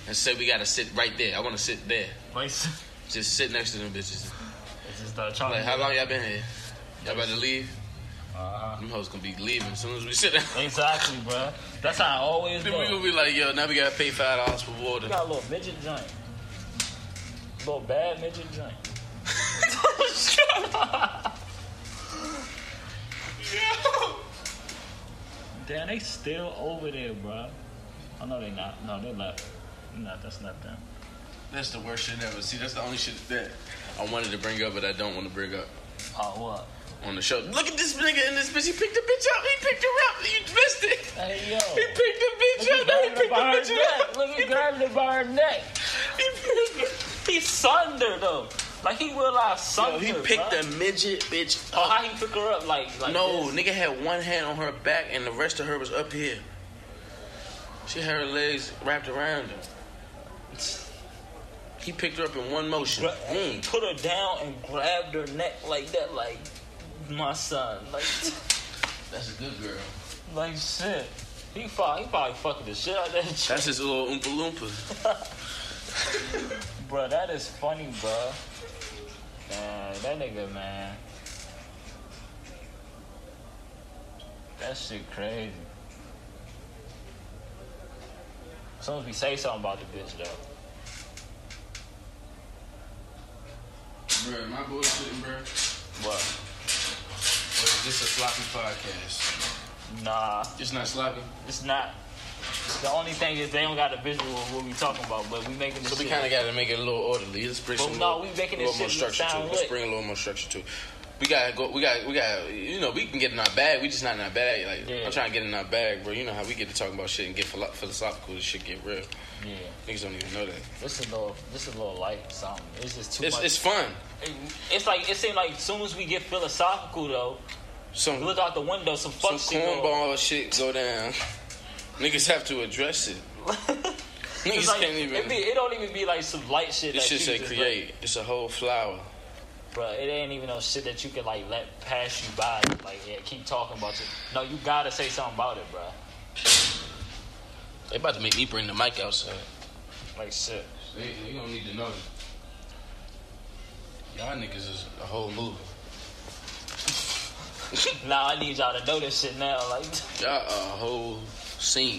Speaker 1: and say we gotta sit right there? I want to sit there.
Speaker 2: Like, it's
Speaker 1: Just sit next to them bitches.
Speaker 2: just uh, chocolate.
Speaker 1: Like, how long y'all been here? Y'all about to leave?
Speaker 2: Uh-huh.
Speaker 1: Them hoes gonna be leaving as soon as we sit down.
Speaker 2: Exactly, bruh. That's how I always
Speaker 1: Then
Speaker 2: go.
Speaker 1: we gonna be like, yo, now we gotta pay five dollars for water.
Speaker 2: You got a little midget joint. Little bad midget joint. Damn, they still over there, bro. Oh no, they not. No, they left. No, that's not them.
Speaker 1: That's the worst shit ever. See, that's the only shit that I wanted to bring up, but I don't want to bring up
Speaker 2: Oh what?
Speaker 1: on the show. Look at this nigga and this bitch. He picked the bitch up. He picked her up. You missed it.
Speaker 2: Hey yo.
Speaker 1: He picked the bitch up. He
Speaker 2: Grabbed her
Speaker 1: picked the
Speaker 2: by her
Speaker 1: bitch up.
Speaker 2: neck. Look at grabbing her by her neck. He sundered though. Like he realized
Speaker 1: Yo,
Speaker 2: sundered.
Speaker 1: he picked
Speaker 2: bruh.
Speaker 1: the midget bitch
Speaker 2: Oh,
Speaker 1: up.
Speaker 2: how he pick her up like like
Speaker 1: No,
Speaker 2: this?
Speaker 1: nigga had one hand on her back and the rest of her was up here. She had her legs wrapped around her. He picked her up in one motion.
Speaker 2: Gra-
Speaker 1: Mm.
Speaker 2: put her down and grabbed her neck like that, like my son, like
Speaker 1: That's a good girl.
Speaker 2: like shit. He probably, he probably fucking the shit out of that chick.
Speaker 1: That's his little oompa loompa.
Speaker 2: Bro, that is funny, bro. Man, that nigga, man. That shit crazy. As soon as we say something about the bitch, though.
Speaker 1: Bruh, my bullshit, bruh.
Speaker 2: What?
Speaker 1: Or is this a sloppy podcast?
Speaker 2: Nah,
Speaker 1: It's not sloppy.
Speaker 2: it's not. The only thing is they don't got a visual of what we talking about, but we making this
Speaker 1: So we
Speaker 2: shit.
Speaker 1: kind of got to make it a little orderly. Let's bring
Speaker 2: Well,
Speaker 1: some
Speaker 2: no,
Speaker 1: little,
Speaker 2: we making
Speaker 1: little
Speaker 2: this
Speaker 1: more
Speaker 2: shit
Speaker 1: structure to
Speaker 2: sound
Speaker 1: it. Let's
Speaker 2: lit.
Speaker 1: bring a little more structure to it. We gotta go. We got. to We got. to You know, we can get in our bag. We just not in our bag. Like
Speaker 2: Yeah.
Speaker 1: I'm trying to get in our bag, bro. You know how we get to talk about shit and get philo- philosophical. This shit get real.
Speaker 2: yeah.
Speaker 1: Niggas don't even know that.
Speaker 2: This is a little, this is a little light something. It's just too
Speaker 1: It's
Speaker 2: much.
Speaker 1: it's fun.
Speaker 2: It- it's like it seems like as soon as we get philosophical though, we
Speaker 1: Some
Speaker 2: look out the window, some
Speaker 1: some
Speaker 2: fuck shit going.
Speaker 1: cornball shit go down. Niggas have to address it.
Speaker 2: It's
Speaker 1: Niggas
Speaker 2: like,
Speaker 1: can't
Speaker 2: It, be,
Speaker 1: even.
Speaker 2: it don't even be like some light shit.
Speaker 1: This
Speaker 2: that
Speaker 1: shit
Speaker 2: you
Speaker 1: say
Speaker 2: just, like,
Speaker 1: create. It's a whole flower.
Speaker 2: Bruh, it ain't even no shit that you can like let pass you by. Like, yeah, keep talking about it. No, you gotta say something about it, bruh.
Speaker 1: They about to make me bring the mic outside.
Speaker 2: Like shit.
Speaker 1: They, they don't need to know that. Y'all niggas is a whole movie.
Speaker 2: Nah, I need y'all to know this shit now. Like,
Speaker 1: Y'all a whole scene.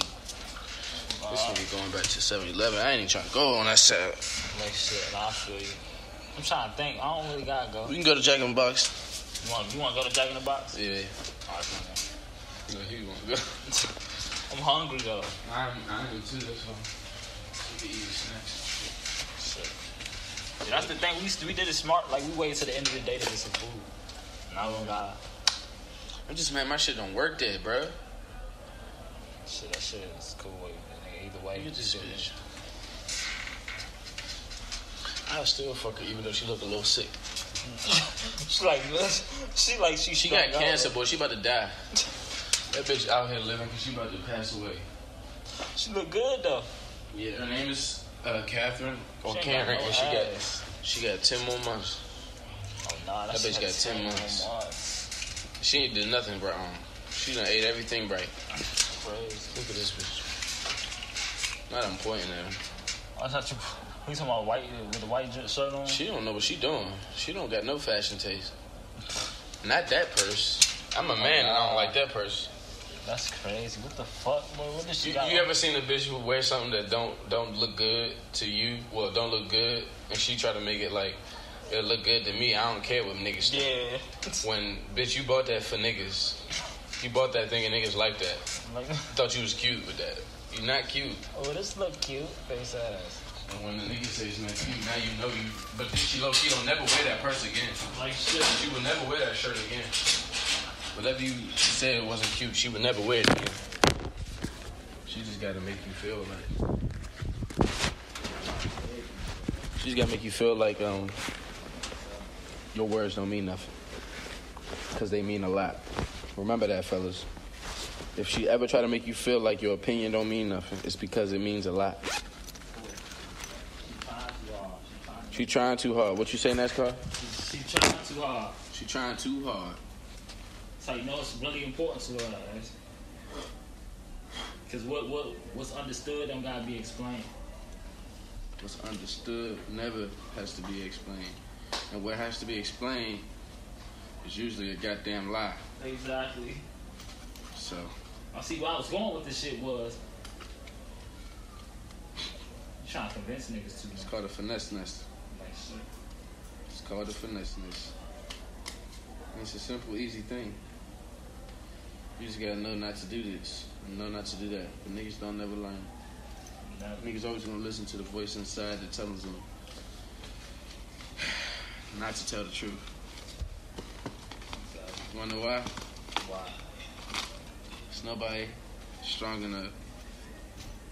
Speaker 1: This nigga going back to 7 Eleven. I ain't even trying to go on that side.
Speaker 2: like shit. Nah, I feel you. I'm trying to think. I don't really gotta go.
Speaker 1: We can go to Jack and Box.
Speaker 2: You want you want to go to Jack in the Box?
Speaker 1: Yeah.
Speaker 2: All right, come on.
Speaker 1: No, he won't go.
Speaker 2: I'm hungry though.
Speaker 1: I'm, I'm too, that's why. these next. Shit.
Speaker 2: That's the thing. We used to, we did it smart. Like we waited to the end of the day to get some food. Now we got
Speaker 1: I'm just mad my shit don't work there, bro.
Speaker 2: shit. That shit is cool. nigga. Either way,
Speaker 1: Look at this
Speaker 2: shit,
Speaker 1: bitch. I still fuck her even though she look a little sick.
Speaker 2: She like she like she
Speaker 1: She got cancer, boy. She about to die. That bitch out here living because she about to pass away.
Speaker 2: She look good though. Oh,
Speaker 1: Yeah, her name is uh, Catherine or
Speaker 2: She ain't got
Speaker 1: Karen,
Speaker 2: no
Speaker 1: and she got
Speaker 2: ass.
Speaker 1: she got ten more months.
Speaker 2: Oh nah,
Speaker 1: That bitch
Speaker 2: shit
Speaker 1: got 10
Speaker 2: like
Speaker 1: months.
Speaker 2: months.
Speaker 1: She ain't did nothing wrong. She done ate everything right.
Speaker 2: Crazy.
Speaker 1: Look at this bitch. Not important now.
Speaker 2: I thought you. We talking about white with the white j- shirt on.
Speaker 1: She don't know what she doing. She don't got no fashion taste. Not that purse.
Speaker 2: Oh,
Speaker 1: I'm a man and I don't like that purse.
Speaker 2: That's crazy. What the fuck, bro? What did she
Speaker 1: You,
Speaker 2: got?
Speaker 1: you
Speaker 2: on?
Speaker 1: ever seen a bitch who wear something that don't don't look good to you? Well, don't look good, and she try to make it like it look good to me. I don't care what niggas. think.
Speaker 2: yeah.
Speaker 1: When bitch, you bought that for niggas. You bought that thinking niggas like that.
Speaker 2: Like,
Speaker 1: Thought you was cute with that. You not cute.
Speaker 2: oh, this look cute. Face ass.
Speaker 1: And when the nigga says not cute, now you know you. But then she low key don't never wear that purse again.
Speaker 2: Like shit.
Speaker 1: She would never wear that shirt again. Whatever you said it wasn't cute, she would never wear it again. She just gotta make you feel like. She's gotta make you feel like um your words don't mean nothing. Cause they mean a lot. Remember that fellas. If she ever try to make you feel like your opinion don't mean nothing, it's because it means a lot. She trying too hard. What you say, NASCAR?
Speaker 2: She trying too hard.
Speaker 1: She trying too hard.
Speaker 2: So you know it's really important to her. Because what what what's understood don't gotta be explained.
Speaker 1: What's understood never has to be explained. And what has to be explained is usually a goddamn lie.
Speaker 2: Exactly.
Speaker 1: So,
Speaker 2: I see where I was going with this shit was. You trying to convince niggas too much.
Speaker 1: it's called a finesse nest.
Speaker 2: Like shit.
Speaker 1: It's called a finesse nest. And It's a simple, easy thing. You just gotta know not to do this and know not to do that. But niggas don't never learn.
Speaker 2: No.
Speaker 1: Niggas always gonna listen to the voice inside that tells them not to tell the truth. Wonder why?
Speaker 2: Why?
Speaker 1: It's nobody strong enough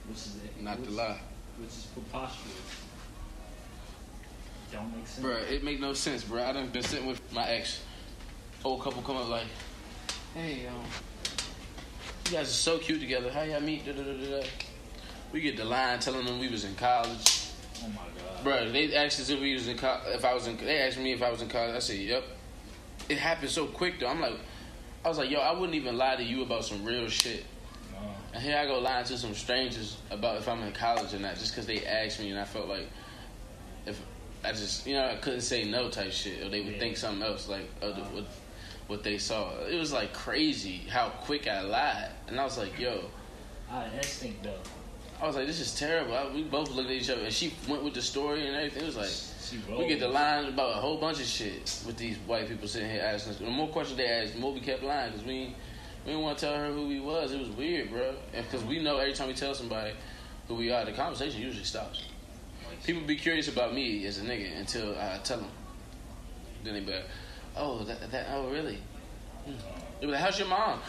Speaker 2: Which is it?
Speaker 1: not
Speaker 2: which,
Speaker 1: to lie.
Speaker 2: Which is preposterous. Don't make sense.
Speaker 1: Bruh, it make no sense, bruh. I done been sitting with my ex. Old couple come up like, hey, um, you guys are so cute together. How y'all meet? Da, da, da, da, da. We get the line telling them we was in college.
Speaker 2: Oh my
Speaker 1: Bruh,
Speaker 2: god.
Speaker 1: they asked us if we was in co- if I was in they asked me if I was in college. I said, Yep. It happened so quick though. I'm like I was like, yo, I wouldn't even lie to you about some real shit.
Speaker 2: No.
Speaker 1: And here I go lying to some strangers about if I'm in college or not, just because they asked me, and I felt like if I just, you know, I couldn't say no type shit, or they would
Speaker 2: Yeah.
Speaker 1: think something else, like other what what they saw. It was like crazy how quick I lied, and I was like, yo,
Speaker 2: Out of instinct though.
Speaker 1: I was like, this is terrible. I, we both looked at each other, and she went with the story and everything. It was like.
Speaker 2: She rolled.
Speaker 1: We get the line about a whole bunch of shit with these white people sitting here asking us. The more questions they asked, the more we kept lying because we we didn't want to tell her who we was. It was weird, bro. Because we know every time we tell somebody who we are, the conversation usually stops. People be curious about me as a nigga until I tell them. Then they be like, "Oh, that, that oh really?" Hmm. They be like, "How's your mom?"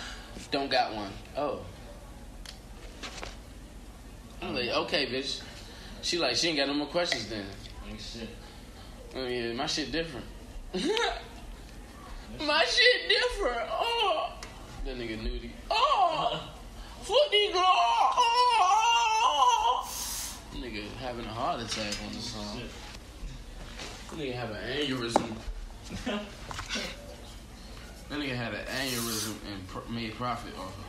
Speaker 1: Don't got one. Oh. I'm like, okay, bitch. She like, she ain't got no more questions then.
Speaker 2: Like shit.
Speaker 1: Oh yeah, my shit different. my shit different. Oh, that nigga knew the. Oh, footy glow. Oh, nigga having a heart attack on the song.
Speaker 2: Shit.
Speaker 1: Nigga have an aneurysm. that nigga had an aneurysm and pr- made profit off. it.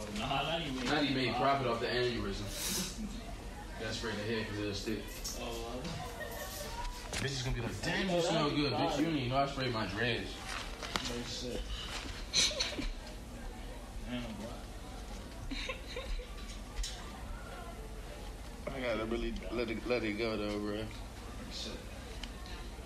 Speaker 2: Oh, nah, not even.
Speaker 1: Not he made profit off the aneurysm. That's right ahead because it'll stick.
Speaker 2: Oh,
Speaker 1: Bitch is gonna be like, damn, you smell good, bitch. You don't even know I sprayed my dreads.
Speaker 2: like shit. Damn, bro.
Speaker 1: I gotta really let it let it go though, bro.
Speaker 2: Like shit.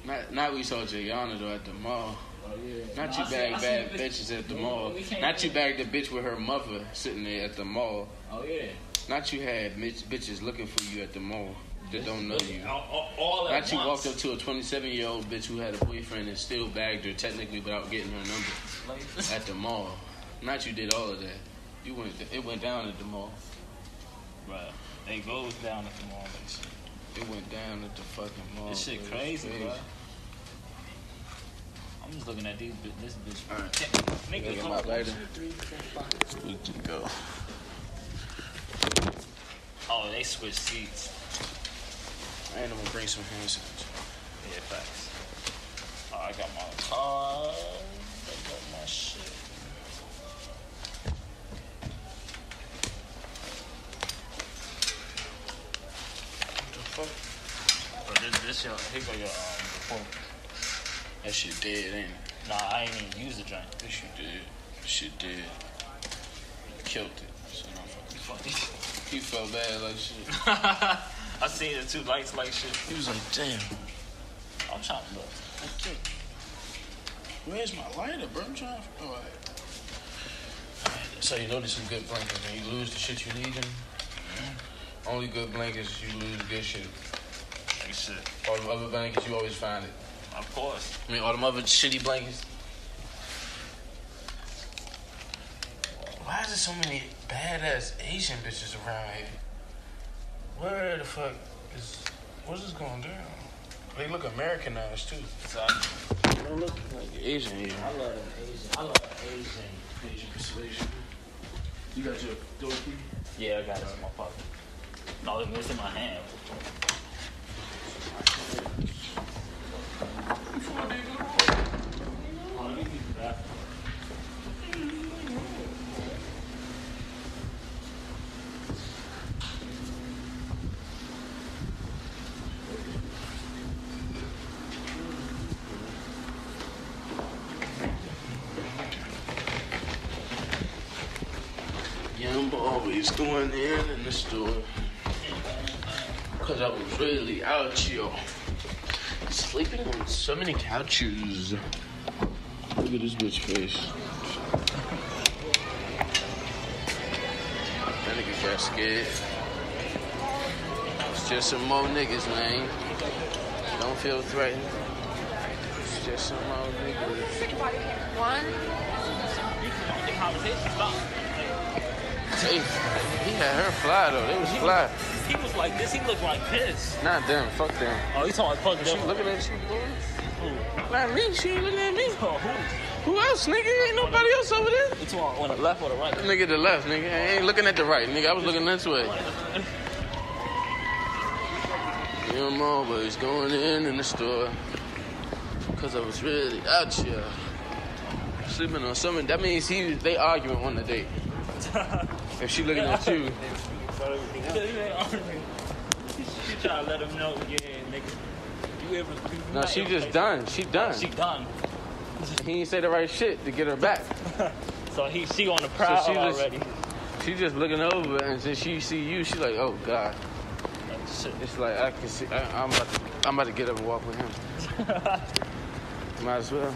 Speaker 1: Not not we saw Jayana though at the mall.
Speaker 2: Oh, yeah.
Speaker 1: Not
Speaker 2: Nah,
Speaker 1: you
Speaker 2: I see- I
Speaker 1: bag
Speaker 2: see
Speaker 1: bad
Speaker 2: the bitch-
Speaker 1: bitches at the
Speaker 2: We-
Speaker 1: mall.
Speaker 2: we can't-
Speaker 1: Not you bag the bitch with her mother sitting there at the mall.
Speaker 2: Oh yeah.
Speaker 1: Not you had bitch- bitches looking for you at the mall that don't know you.
Speaker 2: All, all- all at
Speaker 1: Not you
Speaker 2: once.
Speaker 1: walked up to a 27 year old bitch who had a boyfriend and still bagged her technically without getting her number
Speaker 2: Like,
Speaker 1: at the mall. Not you did all of that. You went. It went down at the mall.
Speaker 2: bruh, it goes down at the moment.
Speaker 1: It went down at the fucking mall.
Speaker 2: This shit
Speaker 1: bro.
Speaker 2: crazy, bro. I'm just looking at these, bi- this bitch.
Speaker 1: Alright.
Speaker 2: Nigga,
Speaker 1: Nigga,
Speaker 2: come
Speaker 1: my
Speaker 2: on.
Speaker 1: lighter. We can go.
Speaker 2: Oh, they switched seats.
Speaker 1: And I'm gonna bring some hand sanitizer.
Speaker 2: Yeah, facts. Oh, I got my card. I got my shit. Bro, this, this your, here go your, um, report.
Speaker 1: That shit dead, ain't it?
Speaker 2: Nah, I ain't even use the joint.
Speaker 1: That shit dead. That shit dead. Killed it. So now fuck-
Speaker 2: Fuck.
Speaker 1: He felt bad like shit.
Speaker 2: I seen the two lights like shit.
Speaker 1: He was like, damn,
Speaker 2: I'm trying to look.
Speaker 1: I killed it. Where's my lighter, bro? I'm trying to. Oh, all right. So you know there's some good blankets. When you lose the shit you need, and only good blankets you lose good shit.
Speaker 2: Like shit.
Speaker 1: All the other blankets you always find it.
Speaker 2: Of course.
Speaker 1: I mean, all them other shitty blankets. Why is there so many badass Asian bitches around here? Where the fuck is? What's this going down? They look Americanized too.
Speaker 2: So,
Speaker 1: They don't look like Asian here.
Speaker 2: I love them Asian. I love Asian.
Speaker 1: Asian persuasion. You got your door key?
Speaker 2: Yeah, I got it in my pocket. No, it was in my hand.
Speaker 1: Yeah, I'm always going in in the store. Cause I was really out here. Sleeping on so many couches. Look at this bitch face. That nigga got scared. It's just some more niggas, man. Don't feel threatened. It's just some more niggas.
Speaker 3: One.
Speaker 2: The conversation stopped.
Speaker 1: Hey, he had her fly though. They was fly.
Speaker 2: He was like this. He looked like this.
Speaker 1: Not them. Fuck them.
Speaker 2: Oh, he's talking fuck
Speaker 1: She
Speaker 2: them.
Speaker 1: looking at you, boy.
Speaker 2: Who?
Speaker 1: Not me. She ain't looking at me.
Speaker 2: Oh, who?
Speaker 1: Who else, nigga? Ain't nobody else over there.
Speaker 2: You talking on the left or the right?
Speaker 1: Nigga, the left, nigga. I ain't looking at the right, nigga. I was looking this way. Yeah, I'm always going in in the store. Cause I was really out here. Sleeping on something. That means he they arguing on the date. If she looking at you.
Speaker 2: she trying to let him know, yeah, nigga. You ever? you
Speaker 1: No,
Speaker 2: not
Speaker 1: she
Speaker 2: ever
Speaker 1: just
Speaker 2: play-
Speaker 1: done. She done.
Speaker 2: She done.
Speaker 1: He ain't say the right shit to get her back.
Speaker 2: So he, she on the prowl
Speaker 1: she just-
Speaker 2: already.
Speaker 1: She just looking over and since she see you, she like, oh god.
Speaker 2: Like, shit.
Speaker 1: It's like I can see. I, I'm about to. I'm about to get up and walk with him. Might as well.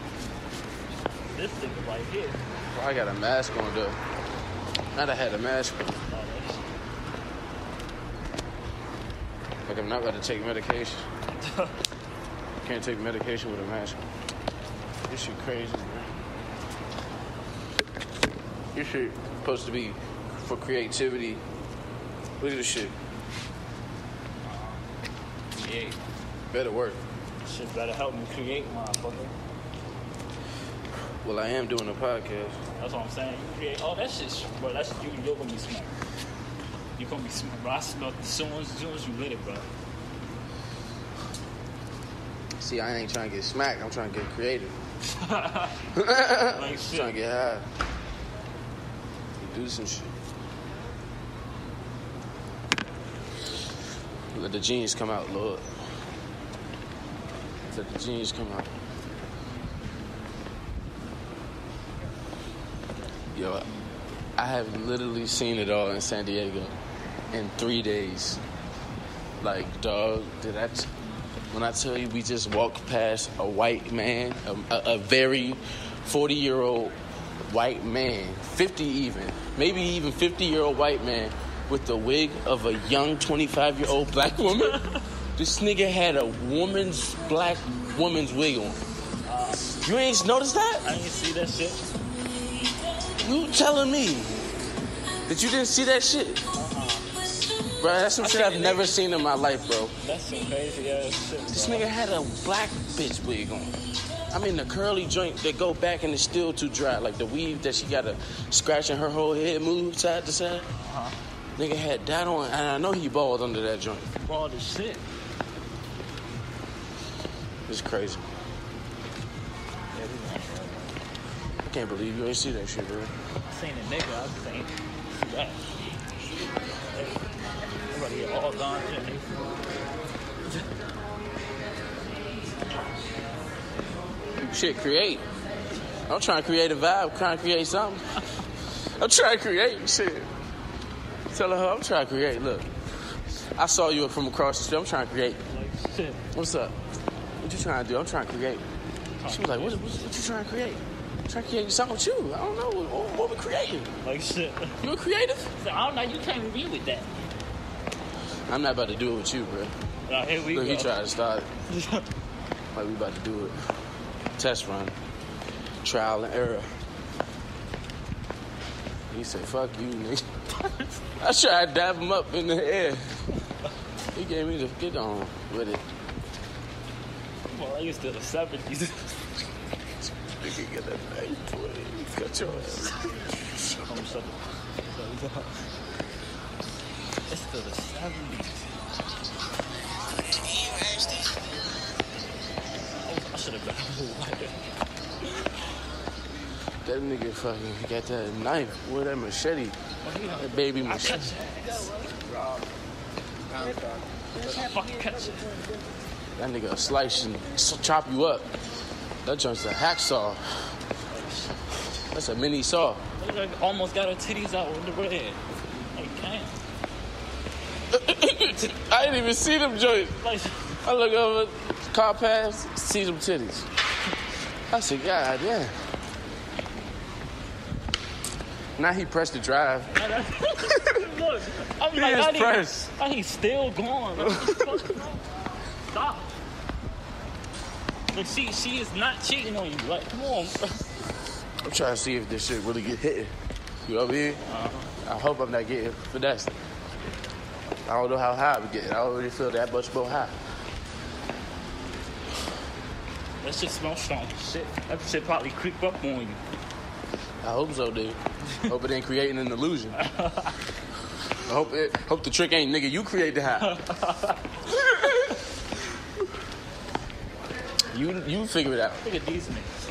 Speaker 2: This nigga right here.
Speaker 1: Well, I got a mask on though. Not I had a mask on.
Speaker 2: Oh, that shit.
Speaker 1: Like I'm not about to take medication. Can't take medication with a mask. on. This shit crazy, man. This shit supposed to be for creativity. Look at this shit.
Speaker 2: Yeah.
Speaker 1: Better work.
Speaker 2: Shit better help me create, motherfucker.
Speaker 1: Well, I am doing a podcast.
Speaker 2: That's what I'm saying. You create. Oh, that shit, bro. That's you. You're gonna be smart. You're gonna be smart, bro. I smelled as soon as, as soon as you lit it, bro.
Speaker 1: Uh-uh. See, I ain't trying to get smacked. I'm trying to get creative.
Speaker 2: Like
Speaker 1: Trying to
Speaker 2: shit.
Speaker 1: get high. Do some shit. Let the jeans come out, Lord. Let the jeans come out. Yo, I have literally seen it all in San Diego in three days. Like, dog, did I? T- when I tell you, we just walked past a white man, a, a, a very 40 year old white man, 50 even, maybe even 50 year old white man, with the wig of a young 25 year old black woman. this nigga had a woman's black woman's wig on. You ain't noticed that?
Speaker 2: I didn't see that shit.
Speaker 1: You telling me that you didn't see that shit? Bro, that's some shit
Speaker 2: seen
Speaker 1: I've
Speaker 2: it.
Speaker 1: never seen in my life, bro.
Speaker 2: That's some crazy ass shit.
Speaker 1: This
Speaker 2: bro.
Speaker 1: nigga had a black bitch wig on. I mean, the curly joint that go back and it's still too dry. Like the weave that she got to scratching her whole head move side to side. Nigga had that on, and I know he bald under that joint.
Speaker 2: bald as shit.
Speaker 1: It's crazy. I can't believe you ain't see that shit, bro.
Speaker 2: I seen a nigga, I just ain't see that. Everybody get all gone shit. nigga.
Speaker 1: Shit, create. I'm trying to create a vibe, trying to create something. I'm trying to create shit. Telling her I'm trying to create. Look, I saw you from across the street. I'm trying to create.
Speaker 2: Like shit.
Speaker 1: What's up? What you trying to do? I'm trying to create. She was like, what, what, what you trying to create? I'm trying to create something with you. I don't know. What, what we creating?
Speaker 2: Like shit.
Speaker 1: You a creative?
Speaker 2: So, I don't know, you can't be with that.
Speaker 1: I'm not about to do it with you, bro.
Speaker 2: Now here we
Speaker 1: Look,
Speaker 2: go.
Speaker 1: he tried to start it. Like we about to do it. Test run. Trial and error. He said, fuck you, nigga. I tried to dab him up in the air. He gave me the get on with it.
Speaker 2: well, I used to the 70s.
Speaker 1: Nigga, get that back for it. Cut your ass.
Speaker 2: I'm so- so- It's still the 70s. Oh, I should have been
Speaker 1: That nigga fucking got that knife with that machete.
Speaker 2: white.
Speaker 1: That baby
Speaker 2: I catch
Speaker 1: machete.
Speaker 2: Fucking catch it.
Speaker 1: That nigga slice and s- chop you up. That joint's a hacksaw. That's a mini saw.
Speaker 2: Look, I Almost got her titties out with the red. Like, damn.
Speaker 1: I didn't even see them joints.
Speaker 2: Like,
Speaker 1: I look over, car pass, see them titties. I said, God damn. Now he pressed the drive.
Speaker 2: look, I'm
Speaker 1: He
Speaker 2: like,
Speaker 1: is
Speaker 2: I need,
Speaker 1: pressed.
Speaker 2: I need still going. Like, what the fuck is wrong? Stop. Like, she, she is not cheating on you. Like, come on. bro.
Speaker 1: I'm trying to see if this shit really get hit. You know what I mean? I hope I'm not getting finessed. I don't know how high we get. I already feel that much more high.
Speaker 2: That shit smells strong. as Shit, that shit probably creep up on you.
Speaker 1: I hope so, dude. hope it ain't creating an illusion. I hope it. Hope the trick ain't nigga. You create the high. you you figure it out.
Speaker 2: Look at these niggas.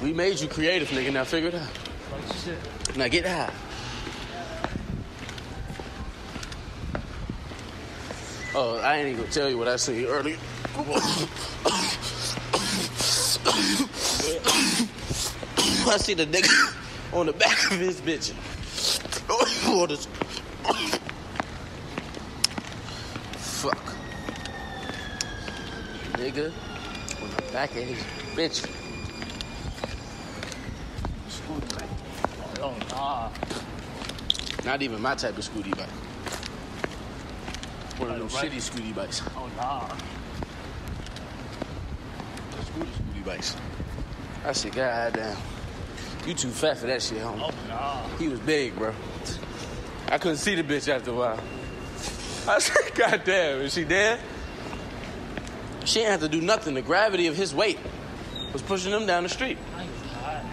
Speaker 1: We made you creative, nigga. Now figure it out.
Speaker 2: Like, shit.
Speaker 1: Now get high. Oh, I ain't even gonna tell you what I seen earlier. I see the nigga on the back of his bitch. On his- Fuck. Nigga on the back of his bitch.
Speaker 2: Oh, nah.
Speaker 1: Not even my type of scooty bike. One of those
Speaker 2: Right.
Speaker 1: shitty scooty bikes.
Speaker 2: Oh, nah.
Speaker 1: Scooty scooty bikes. I said, God damn. You too fat for that shit, homie.
Speaker 2: Oh, nah.
Speaker 1: He was big, bro. I couldn't see the bitch after a while. I said, God damn, is she dead? She didn't have to do nothing. The gravity of his weight was pushing him down the street.
Speaker 2: I ain't tired.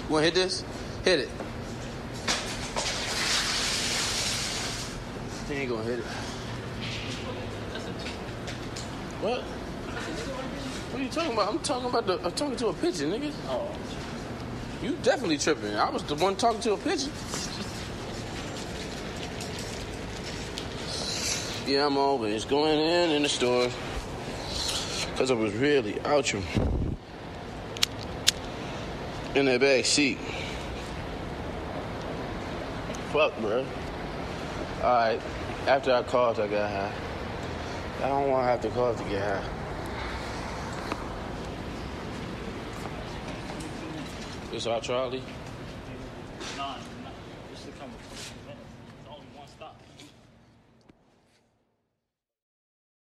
Speaker 1: You wanna hit this? Hit it. He ain't gonna hit it. What? What are you talking about? I'm talking about the. I'm talking to a pigeon, nigga.
Speaker 2: Oh.
Speaker 1: You definitely tripping. I was the one talking to a pigeon. Yeah, I'm always going in in the store. Cause I was really out you in that back seat. Fuck, bro. Alright, after I called, I got high. I don't want to have to call to get high. It's our Charlie.
Speaker 2: Nah. coming from.